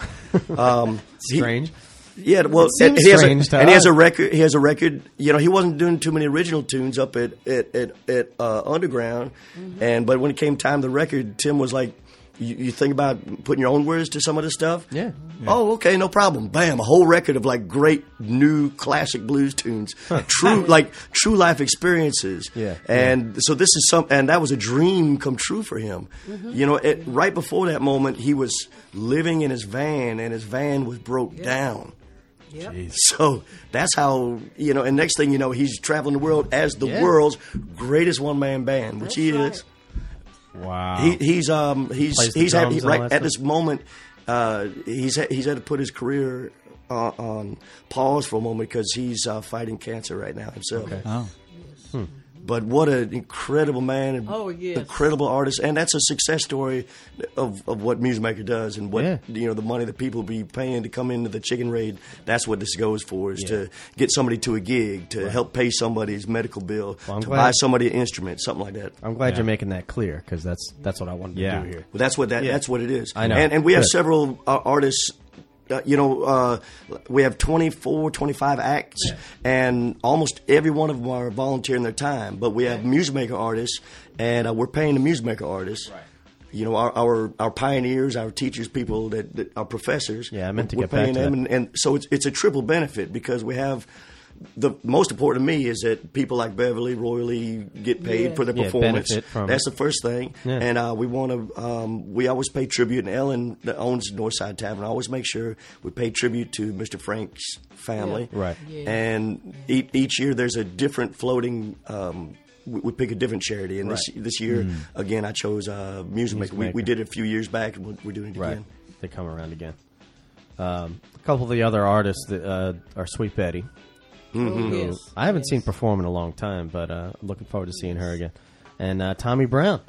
Speaker 5: Um, he-
Speaker 4: Strange.
Speaker 5: yeah, well,
Speaker 4: seems
Speaker 5: he has a,
Speaker 4: strange to
Speaker 5: and he has
Speaker 4: us.
Speaker 5: a record. He has a record. You know, he wasn't doing too many original tunes up at at at, at uh, Underground,
Speaker 4: Mm-hmm.
Speaker 5: and but when it came time to the record, Tim was like. You, you think about putting your own words to some of this stuff?
Speaker 4: Yeah.
Speaker 5: Oh, okay, no problem. Bam, a whole record of like great new classic blues tunes, true like true life experiences.
Speaker 4: Yeah.
Speaker 5: And so this is some, and that was a dream come true for him.
Speaker 4: Mm-hmm.
Speaker 5: You know, it, right before that moment, he was living in his van, and his van was broke down.
Speaker 6: Yep.
Speaker 5: So that's how you know. And next thing you know, he's traveling the world as the
Speaker 4: Yeah.
Speaker 5: world's greatest one man band, which he
Speaker 6: That's
Speaker 5: is.
Speaker 3: wow.
Speaker 5: He, he's um he's
Speaker 4: Plays the
Speaker 5: he's had,
Speaker 4: drums and all
Speaker 5: right
Speaker 4: that stuff.
Speaker 5: at this moment. Uh, he's had, he's had to put his career uh, on pause for a moment because he's uh, fighting cancer right now himself.
Speaker 3: oh.
Speaker 4: Hmm.
Speaker 5: But what an incredible man! and
Speaker 6: Oh, yes.
Speaker 5: incredible artist, and that's a success story of, of what Music Maker does, and what
Speaker 4: Yeah.
Speaker 5: you know the money that people be paying to come into the Chicken Raid. That's what this goes for: is to get somebody to a gig, to help pay somebody's medical bill,
Speaker 4: Well, I'm
Speaker 5: to
Speaker 4: glad-
Speaker 5: buy somebody an instrument, something like that.
Speaker 4: I'm glad you're making that clear because that's that's what I wanted
Speaker 3: Yeah.
Speaker 4: to do here.
Speaker 5: Well, that's what that, that's what it is.
Speaker 4: I know.
Speaker 5: And, and we have
Speaker 4: Good.
Speaker 5: several uh, artists. Uh, you know, uh, we have 24, 25 acts, and almost every one of them are volunteering their time. But we have music maker artists, and uh, we're paying the music maker artists. Right. You know, our, our our pioneers, our teachers, people that, that our professors.
Speaker 4: Yeah, I meant to
Speaker 5: we're
Speaker 4: get back
Speaker 5: paying
Speaker 4: to
Speaker 5: them,
Speaker 4: that.
Speaker 5: And, and so it's it's a triple benefit because we have the most important to me is that people like Beverly Royally get paid
Speaker 6: Yeah.
Speaker 5: for their
Speaker 4: Yeah,
Speaker 5: performance.
Speaker 4: benefit from
Speaker 5: That's
Speaker 4: it.
Speaker 5: the first thing.
Speaker 4: Yeah.
Speaker 5: And uh, we want to. Um, we always pay tribute, and Ellen that owns Northside Tavern. I always make sure we pay tribute to Mr. Frank's family.
Speaker 4: Yeah. Right.
Speaker 6: Yeah.
Speaker 5: And e- each year there's a different floating. Um, we, we pick a different charity, and this this year again I chose uh, Music Maker. We, we
Speaker 4: Mm. Maker.
Speaker 5: did it a few years back, and we're, we're doing it
Speaker 4: Right.
Speaker 5: again.
Speaker 4: They come around again. Um, a couple of the other artists that uh, are Sweet Betty.
Speaker 6: Oh,
Speaker 4: who
Speaker 6: yes.
Speaker 4: I haven't
Speaker 6: Yes.
Speaker 4: seen perform in a long time, but uh, I'm looking forward to seeing her again. And uh, Tommy Brown,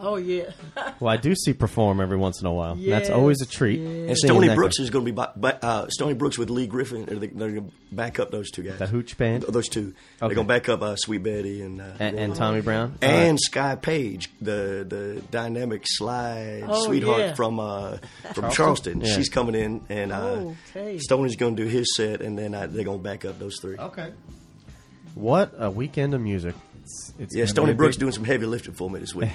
Speaker 6: Oh yeah.
Speaker 4: who I do see perform every once in a while. And That's
Speaker 6: Yes,
Speaker 4: always a treat.
Speaker 6: yes.
Speaker 4: seeing
Speaker 5: And Stony
Speaker 4: that
Speaker 5: Brooks
Speaker 4: guy.
Speaker 5: is going to be by, by, uh, Stony Brooks with Lee Griffin. They're, they're going to back up those two guys.
Speaker 4: The Hooch Band?
Speaker 5: Th- Those two.
Speaker 4: Okay.
Speaker 5: They're going to back up uh, Sweet Betty and uh,
Speaker 4: A- and,
Speaker 5: Roy.
Speaker 4: Tommy Brown.
Speaker 5: And Sky Page, the the dynamic slide
Speaker 6: Oh,
Speaker 5: sweetheart
Speaker 6: yeah.
Speaker 5: from uh, from Charleston.
Speaker 4: Yeah.
Speaker 5: She's coming in, and uh,
Speaker 6: Okay.
Speaker 5: Stoney's going to do his set, and then uh, they're going to back up those three.
Speaker 4: okay. What a weekend of music.
Speaker 3: It's
Speaker 5: Yeah,
Speaker 3: gonna
Speaker 5: Stony
Speaker 3: be a
Speaker 5: Brooks
Speaker 3: big-
Speaker 5: doing some heavy lifting for me this week.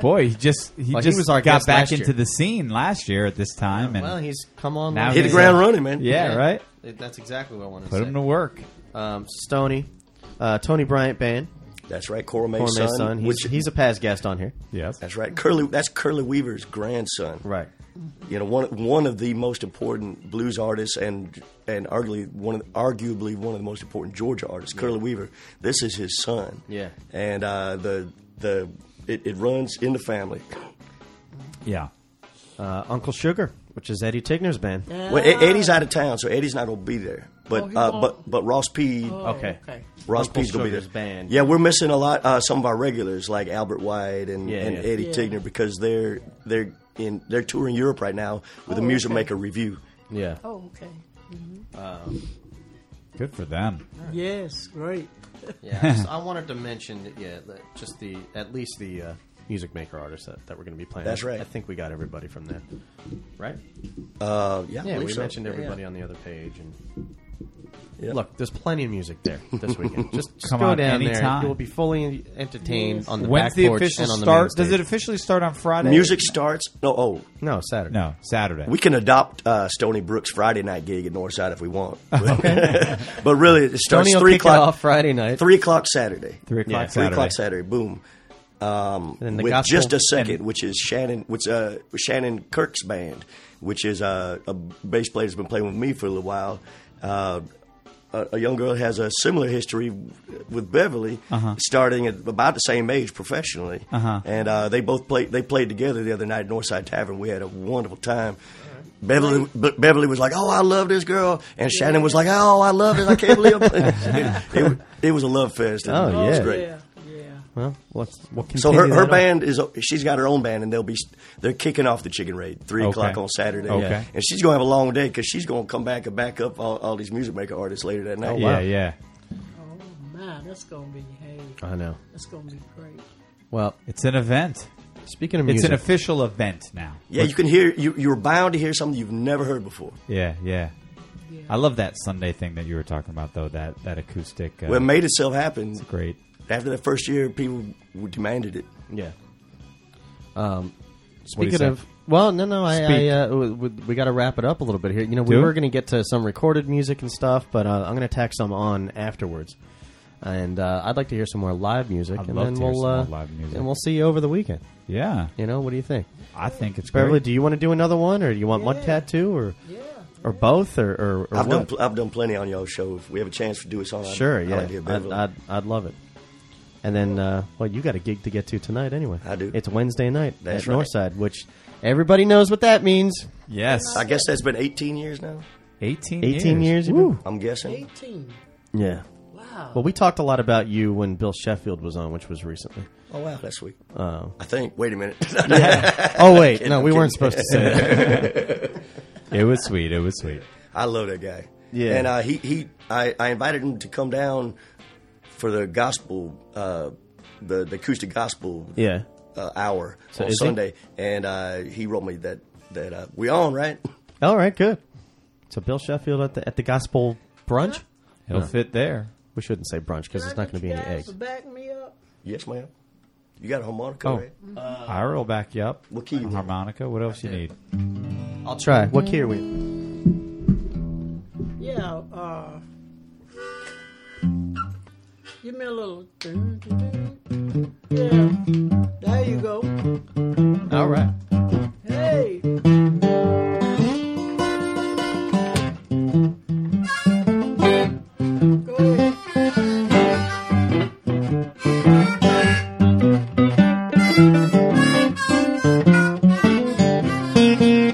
Speaker 3: Boy, he just he
Speaker 4: Well, he
Speaker 3: just
Speaker 4: was our
Speaker 3: got
Speaker 4: guest
Speaker 3: back
Speaker 4: last year.
Speaker 3: into the scene last year at this time, and
Speaker 4: Well, he's come on.
Speaker 3: Now
Speaker 4: like-
Speaker 5: Hit the
Speaker 3: he's
Speaker 5: ground
Speaker 3: a-
Speaker 5: running, man.
Speaker 3: yeah, right.
Speaker 4: That's exactly what I want to
Speaker 3: Put
Speaker 4: say.
Speaker 3: him to work.
Speaker 4: um, Stony, uh, Tony Bryant Band,
Speaker 5: That's right, Coral May's
Speaker 4: Cormay
Speaker 5: son.
Speaker 4: son. He's,
Speaker 5: which,
Speaker 4: he's a past guest on here.
Speaker 3: Yes.
Speaker 5: that's right, Curly. That's Curly Weaver's grandson.
Speaker 4: Right.
Speaker 5: you know one one of the most important blues artists and and arguably one of arguably one of the most important Georgia artists, Curly Weaver. This is his son.
Speaker 4: Yeah.
Speaker 5: and uh, the the it, it runs in the family.
Speaker 3: Yeah.
Speaker 4: Uh, Uncle Sugar, which is Eddie Tigner's band.
Speaker 5: Well, E- Eddie's out of town, so Eddie's not gonna be there. But
Speaker 6: Oh, he
Speaker 5: uh,
Speaker 6: won't. Oh.
Speaker 5: but but Ross P.
Speaker 4: Okay.
Speaker 6: okay.
Speaker 5: Ross
Speaker 4: Uncle
Speaker 5: P's gonna be there.
Speaker 4: Sugar's band.
Speaker 5: Yeah, we're missing a lot. Uh, some of our regulars like Albert White and,
Speaker 4: Yeah,
Speaker 5: and
Speaker 4: yeah.
Speaker 5: Eddie
Speaker 6: Yeah.
Speaker 5: Tigner because they're they're in they're touring Europe right now with a
Speaker 6: Oh,
Speaker 5: Music
Speaker 6: okay.
Speaker 5: Maker review.
Speaker 4: Yeah.
Speaker 6: Oh okay.
Speaker 3: Good for them.
Speaker 6: Yes, great.
Speaker 4: Yeah, I, just- I wanted to mention, that, yeah, that just the at least the uh, music maker artists that, that we're going to be playing.
Speaker 5: That's right.
Speaker 4: I think we got everybody from there, right?
Speaker 5: Uh, yeah, I
Speaker 4: Yeah,
Speaker 5: believe
Speaker 4: we
Speaker 5: so.
Speaker 4: mentioned everybody on the other page. And
Speaker 5: Yeah.
Speaker 4: look, there's plenty of music there this weekend. just just
Speaker 3: Come
Speaker 4: go
Speaker 3: on,
Speaker 4: down there;
Speaker 3: anytime.
Speaker 4: you will be fully entertained
Speaker 6: Yes.
Speaker 4: on the
Speaker 3: When's
Speaker 4: back
Speaker 3: the
Speaker 4: porch
Speaker 3: official
Speaker 4: and on the
Speaker 3: start?
Speaker 4: Main
Speaker 3: Does it
Speaker 4: stage.
Speaker 3: official start on Friday?
Speaker 5: Music starts. No, oh,
Speaker 4: No, Saturday.
Speaker 3: No, Saturday.
Speaker 5: We can adopt uh, Stony Brook's Friday night gig at Northside if we want. but really, it starts
Speaker 4: Tony will
Speaker 5: three
Speaker 4: kick it
Speaker 5: o'clock
Speaker 4: off Friday night.
Speaker 5: Three o'clock Saturday.
Speaker 3: three o'clock
Speaker 4: Yeah,
Speaker 5: Three
Speaker 3: Saturday.
Speaker 5: o'clock Saturday. Boom. Um,
Speaker 4: then the
Speaker 5: with
Speaker 4: gospel-
Speaker 5: just a second, which is Shannon, which uh, Shannon Kirk's band, which is uh, a bass player that's been playing with me for a little while. Uh, a, a young girl has a similar history with Beverly,
Speaker 4: Uh-huh.
Speaker 5: starting at about the same age professionally, and uh, they both played. They played together the other night at Northside Tavern. We had a wonderful time. Beverly, Be- Beverly was like, "Oh, I love this girl," and Shannon was like, "Oh, I love this. I can't believe." I'm playing." it, it, wa- it was a love fest. and
Speaker 4: Oh,
Speaker 5: it was
Speaker 4: yeah.
Speaker 5: great.
Speaker 6: Yeah. Yeah.
Speaker 4: Well, what's what
Speaker 5: So her,
Speaker 4: continue
Speaker 5: her
Speaker 4: that on?
Speaker 5: band is she's got her own band and they'll be they're kicking off the chicken raid three
Speaker 3: Okay.
Speaker 5: o'clock on Saturday
Speaker 3: Okay.
Speaker 5: and she's gonna have a long day because she's gonna come back and back up all, all these music maker artists later that night.
Speaker 3: Yeah, yeah.
Speaker 6: Oh man, that's gonna be hey,
Speaker 4: I know.
Speaker 6: that's gonna be great.
Speaker 4: Well,
Speaker 3: It's an event.
Speaker 4: speaking of
Speaker 3: It's
Speaker 4: music,
Speaker 3: an official event now.
Speaker 5: Yeah, you can hear you, you're bound to hear something you've never heard before.
Speaker 3: Yeah, yeah. I love that Sunday thing that you were talking about, though. That that acoustic. Uh,
Speaker 5: Well, it made itself happen.
Speaker 3: great.
Speaker 5: After that first year, people w- demanded it.
Speaker 4: Yeah. Um,
Speaker 3: What do you
Speaker 4: speaking
Speaker 3: say?
Speaker 4: of, well, no, no, I, I
Speaker 3: Speak.
Speaker 4: uh, w- w- we got to wrap it up a little bit here. You know, we
Speaker 3: Do it.
Speaker 4: were going to get to some recorded music and stuff, but uh, I'm going to tack some on afterwards. And uh, I'd like to hear some more live music,
Speaker 3: I'd
Speaker 4: and
Speaker 3: love
Speaker 4: then
Speaker 3: to hear
Speaker 4: we'll
Speaker 3: some
Speaker 4: uh,
Speaker 3: more live music.
Speaker 4: and we'll see you over the weekend.
Speaker 3: Yeah,
Speaker 4: You know, what do you think,
Speaker 3: I think it's
Speaker 4: Beverly?
Speaker 3: great.
Speaker 4: Do you want to do another one, or do you want
Speaker 6: Yeah.
Speaker 4: Mudcat too, or
Speaker 6: Yeah.
Speaker 4: or both, or or, or
Speaker 5: I've done
Speaker 4: what?
Speaker 5: pl- I've done plenty on y'all show. If we have a chance to do a song, I'd-
Speaker 4: sure,
Speaker 5: I'd
Speaker 4: yeah,
Speaker 5: like to hear
Speaker 4: I'd,
Speaker 5: Beverly.
Speaker 4: I'd I'd love it. And then, uh, well, you got a gig to get to tonight anyway.
Speaker 5: I do.
Speaker 4: It's Wednesday night
Speaker 5: That's
Speaker 4: at
Speaker 5: right.
Speaker 4: Northside, which everybody knows what that means.
Speaker 3: Yes,
Speaker 5: I guess that's been 18 years now.
Speaker 3: eighteen.
Speaker 4: 18 years. you've been-
Speaker 5: I'm guessing.
Speaker 6: Eighteen.
Speaker 4: Yeah.
Speaker 6: Wow.
Speaker 4: Well, we talked a lot about you when Bill Sheffield was on, which was recently.
Speaker 5: Oh wow, that's sweet. I think. Wait a minute.
Speaker 4: Oh wait, no, we weren't supposed to say that.
Speaker 3: It was sweet. It was sweet.
Speaker 5: I love that guy.
Speaker 4: Yeah.
Speaker 5: And uh, he he I, I invited him to come down for the gospel uh, the, the acoustic gospel
Speaker 4: Yeah.
Speaker 5: uh, hour on
Speaker 4: is he?
Speaker 5: Sunday, and uh, he wrote me that that uh, we on right.
Speaker 4: All right, good. So Bill Sheffield at the at the gospel brunch.
Speaker 3: It'll fit there.
Speaker 4: We shouldn't say brunch because it's not going to be any eggs.
Speaker 6: Back me up.
Speaker 5: yes, ma'am. You got a harmonica,
Speaker 3: Oh.
Speaker 5: right?
Speaker 3: Ira will back you up.
Speaker 5: What key you want?
Speaker 3: Harmonica. What else you need?
Speaker 4: I'll try. What key are we?
Speaker 6: Yeah. Uh,
Speaker 7: Give me a little. Yeah. There you go.
Speaker 4: All right.
Speaker 7: Hey. Go ahead.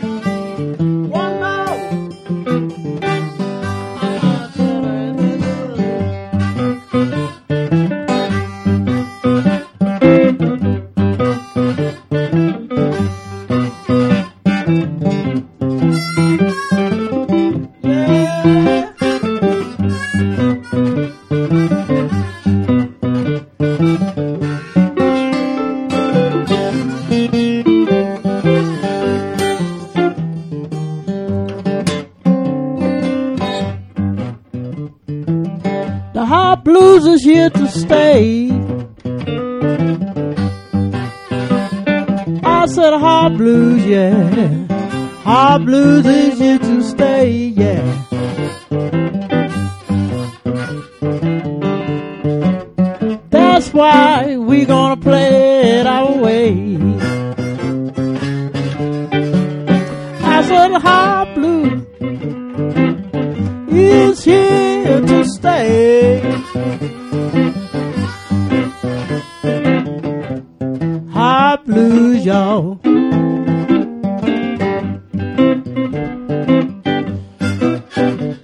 Speaker 7: One more. Yeah. The hot blues is here to stay. I said hot blues, yeah. Hot blues is here to stay, yeah. That's why we gonna play it our way. I said hot blue is here to stay. Hot blues, y'all.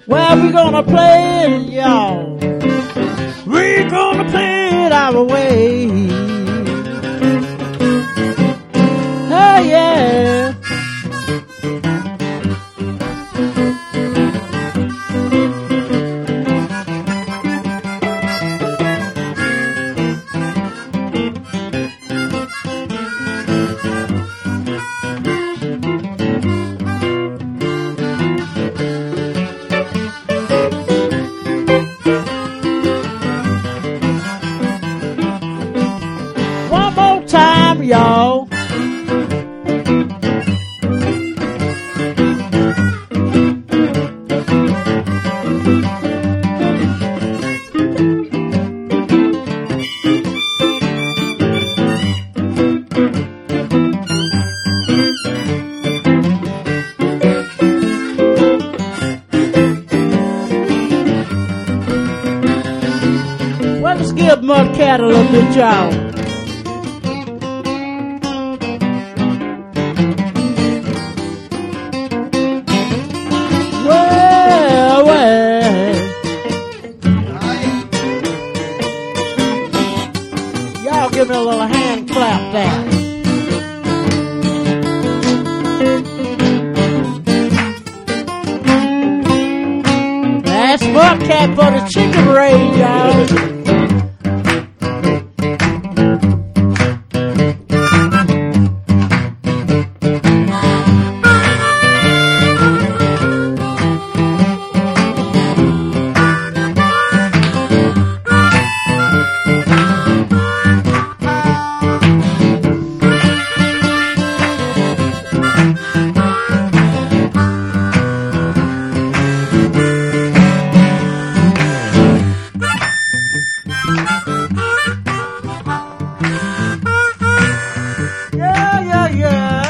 Speaker 7: Well, we gonna play it, y'all. We're gonna play it our way. Oh yeah. One more time, y'all. Well, let's give Mudcat a little bit, y'all. Well, well. Y'all give me a little hand clap there. That's Buckcat for the chicken raid, y'all. Yeah, yeah, yeah.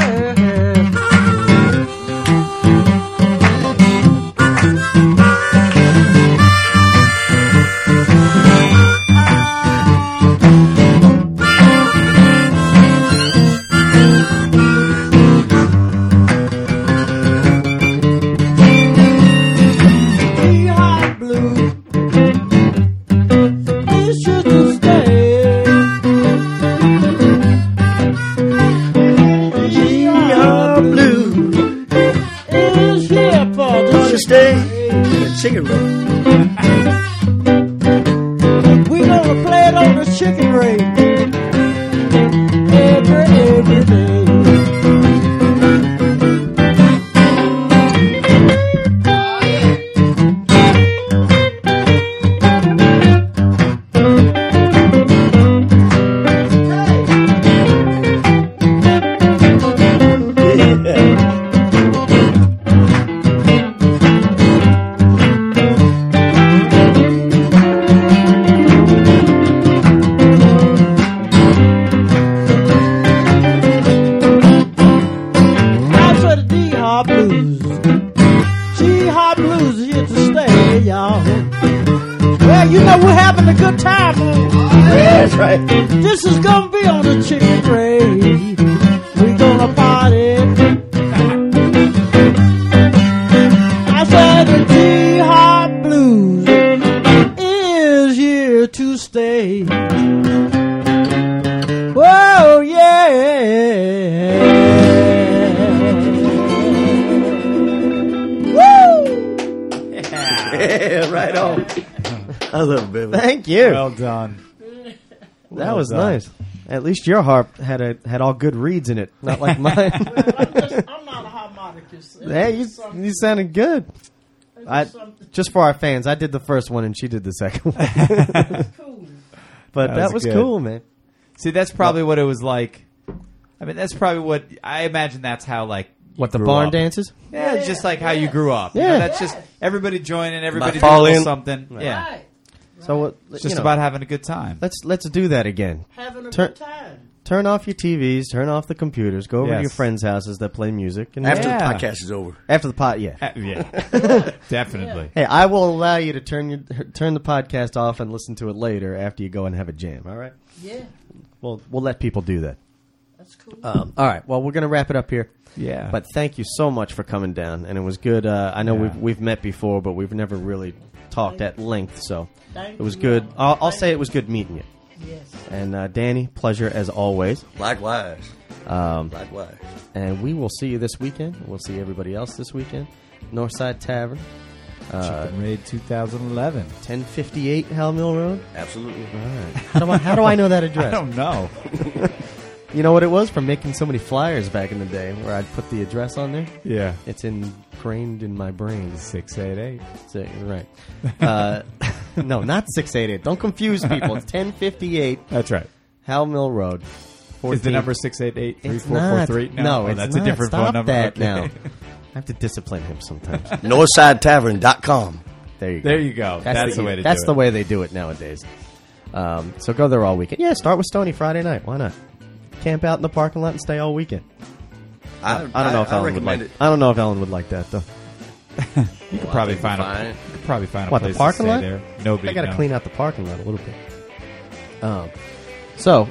Speaker 7: Be hot blue. It's just a stay.
Speaker 5: Yeah, blue.
Speaker 7: is here for
Speaker 5: Gonna
Speaker 7: the
Speaker 5: stay in a chicken raid.
Speaker 7: We gonna play it on the chicken ring. Every, every day.
Speaker 5: Yeah.
Speaker 6: Chapel.
Speaker 5: That's right.
Speaker 6: This is gonna be on the chicken parade. We gonna party. I said the T Hop Blues is here to stay. Whoa, yeah. Woo!
Speaker 5: Yeah, right on. I love Beverly.
Speaker 4: Thank you.
Speaker 3: Well done.
Speaker 4: that was uh, nice. At least your harp had a had all good reeds in it, not like mine.
Speaker 6: I'm not a harmonicist.
Speaker 4: hey, you you sounded good. I just for our fans, I did the first one and she did the second one.
Speaker 6: cool.
Speaker 4: But
Speaker 3: That
Speaker 4: that,
Speaker 3: was
Speaker 4: was,
Speaker 3: good.
Speaker 4: cool, man.
Speaker 3: See, that's probably what it was like. I mean, that's probably what I imagine. That's how like
Speaker 4: What the
Speaker 3: grew
Speaker 4: barn
Speaker 3: up.
Speaker 4: dances?
Speaker 3: Yeah, it's just like how you grew up. You know,
Speaker 4: Yeah.
Speaker 3: that's just everybody joining, everybody doing a
Speaker 5: fall
Speaker 3: little
Speaker 5: in.
Speaker 3: something. Yeah,
Speaker 6: Right.
Speaker 4: So what?
Speaker 3: it's
Speaker 4: you
Speaker 3: just
Speaker 4: know,
Speaker 3: about having a good time.
Speaker 4: let's let's do that again.
Speaker 6: Having a
Speaker 4: Turn-
Speaker 6: good time.
Speaker 4: Turn off your TVs. Turn off the computers. Go over
Speaker 3: Yes.
Speaker 4: to your friends' houses that play music. And
Speaker 5: After
Speaker 3: Yeah.
Speaker 5: the podcast is over.
Speaker 4: after the pot, yeah.
Speaker 3: Uh, yeah, definitely.
Speaker 4: Hey, I will allow you to turn your turn the podcast off and listen to it later after you go and have a jam. All right.
Speaker 6: Yeah,
Speaker 4: We'll we'll let people do that.
Speaker 6: that's cool.
Speaker 4: Um, all right. Well, we're gonna wrap it up here.
Speaker 3: Yeah.
Speaker 4: But thank you so much for coming down, and it was good. Uh, I know we've we've met before, but we've never really talked at length. So
Speaker 6: Thank
Speaker 4: it was
Speaker 6: you.
Speaker 4: good. I'll, I'll say it was good meeting you.
Speaker 6: yes.
Speaker 4: And uh, Danny, pleasure as always.
Speaker 5: Likewise. Um, Likewise.
Speaker 4: And we will see you this weekend. We'll see everybody else this weekend. Northside Tavern,
Speaker 3: Chicken Raid 2011.
Speaker 4: ten fifty eight Hal Mill Road.
Speaker 5: Absolutely.
Speaker 4: How do I, how do I know that address?
Speaker 3: I don't know.
Speaker 4: You know what it was from making so many flyers back in the day where I'd put the address on there?
Speaker 3: Yeah,
Speaker 4: It's ingrained in my brain.
Speaker 3: six eight eight.
Speaker 4: So, right. Uh, no, not 688. Don't confuse people. It's 1058
Speaker 3: That's right.
Speaker 4: Hal Mill Road. 14.
Speaker 3: Is the number six eight eight three
Speaker 4: It's
Speaker 3: four four
Speaker 4: not.
Speaker 3: three?
Speaker 4: No,
Speaker 3: Oh,
Speaker 4: it's
Speaker 3: that's
Speaker 4: not.
Speaker 3: a different
Speaker 4: Stop
Speaker 3: phone number.
Speaker 4: that
Speaker 3: Okay.
Speaker 4: now. I have to discipline him sometimes.
Speaker 5: NorthsideTavern.com.
Speaker 4: There you go.
Speaker 3: There you go. That's, the, way to
Speaker 4: That's
Speaker 3: do
Speaker 4: the
Speaker 3: it.
Speaker 4: way they do it nowadays. Um, so go there all weekend. Yeah, start with Stony Friday night. Why not? Camp out in the parking lot and stay all weekend. I
Speaker 5: I,
Speaker 4: don't know if
Speaker 5: I,
Speaker 4: Ellen would like.
Speaker 5: recommend it.
Speaker 4: I don't know if Ellen would like that though.
Speaker 3: You could probably find
Speaker 5: fine.
Speaker 3: a you could probably find a
Speaker 4: What, the
Speaker 3: place
Speaker 4: parking
Speaker 3: to
Speaker 4: lot?
Speaker 3: stay there. Nobody.
Speaker 4: I got to
Speaker 3: knows.
Speaker 4: clean out the parking lot a little bit. Um, so,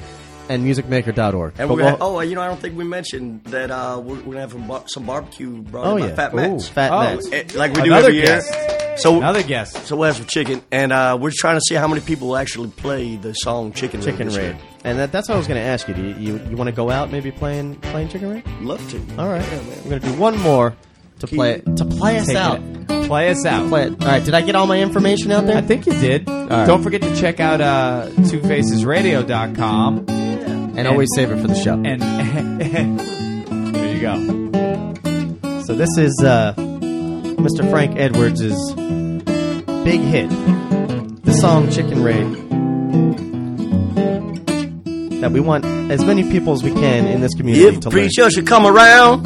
Speaker 4: and musicmaker.org.
Speaker 5: And
Speaker 4: But
Speaker 5: we're gonna,
Speaker 4: we'll-
Speaker 5: oh, you know, I don't think we mentioned that uh, we're, we're gonna have some, bar- some barbecue brought
Speaker 4: Oh,
Speaker 5: in by
Speaker 4: yeah.
Speaker 5: Fat Matt's,
Speaker 4: Ooh, Fat
Speaker 3: Oh,
Speaker 4: Mats.
Speaker 5: Eh, like we do
Speaker 3: Another
Speaker 5: every year.
Speaker 3: guest.
Speaker 5: So
Speaker 3: Another guest.
Speaker 5: So we'll have some chicken, and uh, we're trying to see how many people will actually play the song Chicken Raid.
Speaker 4: Chicken
Speaker 5: this
Speaker 4: Raid.
Speaker 5: year.
Speaker 4: And that, that's what I was going to ask you. Do you, you, you want to go out maybe playing playing Chicken Raid?
Speaker 5: Love to.
Speaker 4: All right. We're going to do one more to play to play us
Speaker 3: Take it
Speaker 4: out.
Speaker 3: out. Play us out.
Speaker 4: Play it. All right. Did I get all my information out there?
Speaker 3: I think you did.
Speaker 4: right.
Speaker 3: Don't forget to check out uh, twofacesradio.com
Speaker 4: and always save it for the show.
Speaker 3: and there you go.
Speaker 4: So this is uh, Mr. Frank Edwards' big hit, the song Chicken Raid, that we want as many people as we can in this community
Speaker 5: If
Speaker 4: to
Speaker 5: a preacher should come around,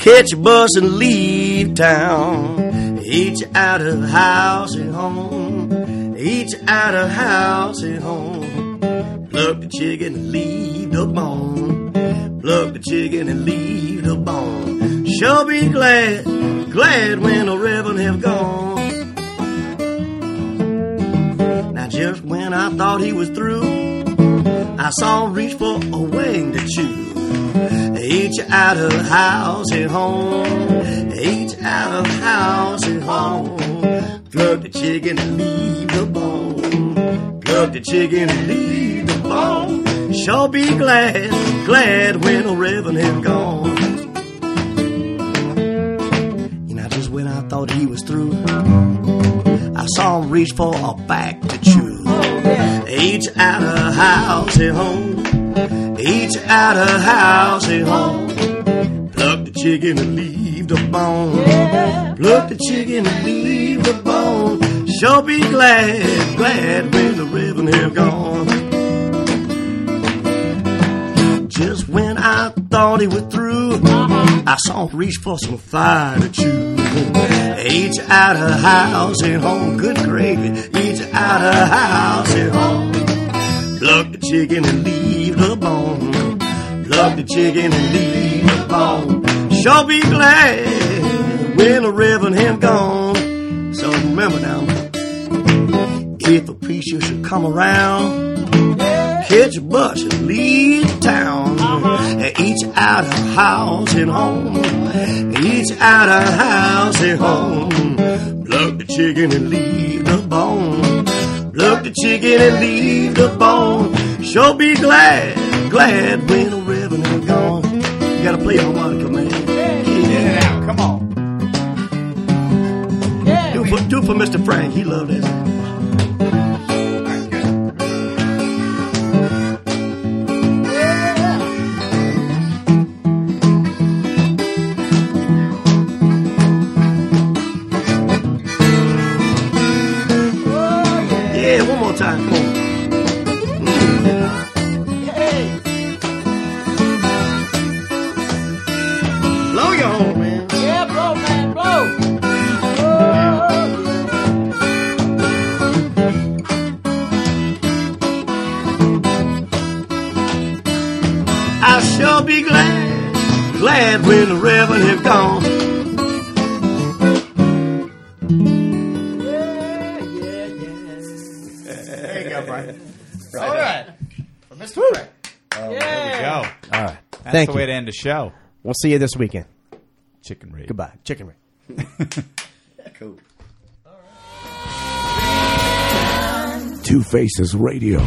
Speaker 5: catch a bus and leave town. Each out of house and home. Each out of house and home. Pluck the chicken and leave the bone. Pluck the chicken and leave the bone. Sure be glad, glad when the reverend have gone. Now just when I thought he was through. I saw him reach for a wing to chew. Each out of house and home. Each out of house and home. Plug the chicken and leave the bone. Plug the chicken and leave the bone. Sure be glad, glad when the reverend had gone. And I just when I thought he was through, I saw him reach for a back to chew. Each out of house and home. Each out of house and home. Pluck the chicken and leave the bone. Pluck the chicken and leave the bone. Sure be glad, glad when the ribbon have gone. Just when I thought he was through, I saw him reach for some fire to chew. Each out of house and home, good gravy. Each out of house and home. Pluck the chicken and leave the bone. Pluck the chicken and leave the bone. Sure be glad when the reverend him gone. So remember now, If Apicia should come around, catch a bus and leave town. And each out of house and home. Each out of house and home. Pluck the chicken and leave the bone. Pluck the chicken and leave the bone. Sure be glad, glad when the revenue gone. You gotta play harmonica, man. Yeah.
Speaker 3: Yeah, come on.
Speaker 5: Do for, do for Mr. Frank. He loved that. Yeah, one more time. Come on. Blow your horn, man.
Speaker 6: Yeah, blow, man, blow.
Speaker 5: I shall be glad, glad when the reverend have gone.
Speaker 8: There you go, Brian. All right. For Mr. Frank.
Speaker 3: Go. All right. That's
Speaker 4: Thank
Speaker 3: the way
Speaker 4: you.
Speaker 3: to end the show.
Speaker 4: We'll see you this weekend.
Speaker 3: Chicken raid.
Speaker 4: Goodbye. Chicken wing.
Speaker 5: Cool.
Speaker 1: Two Faces Radio.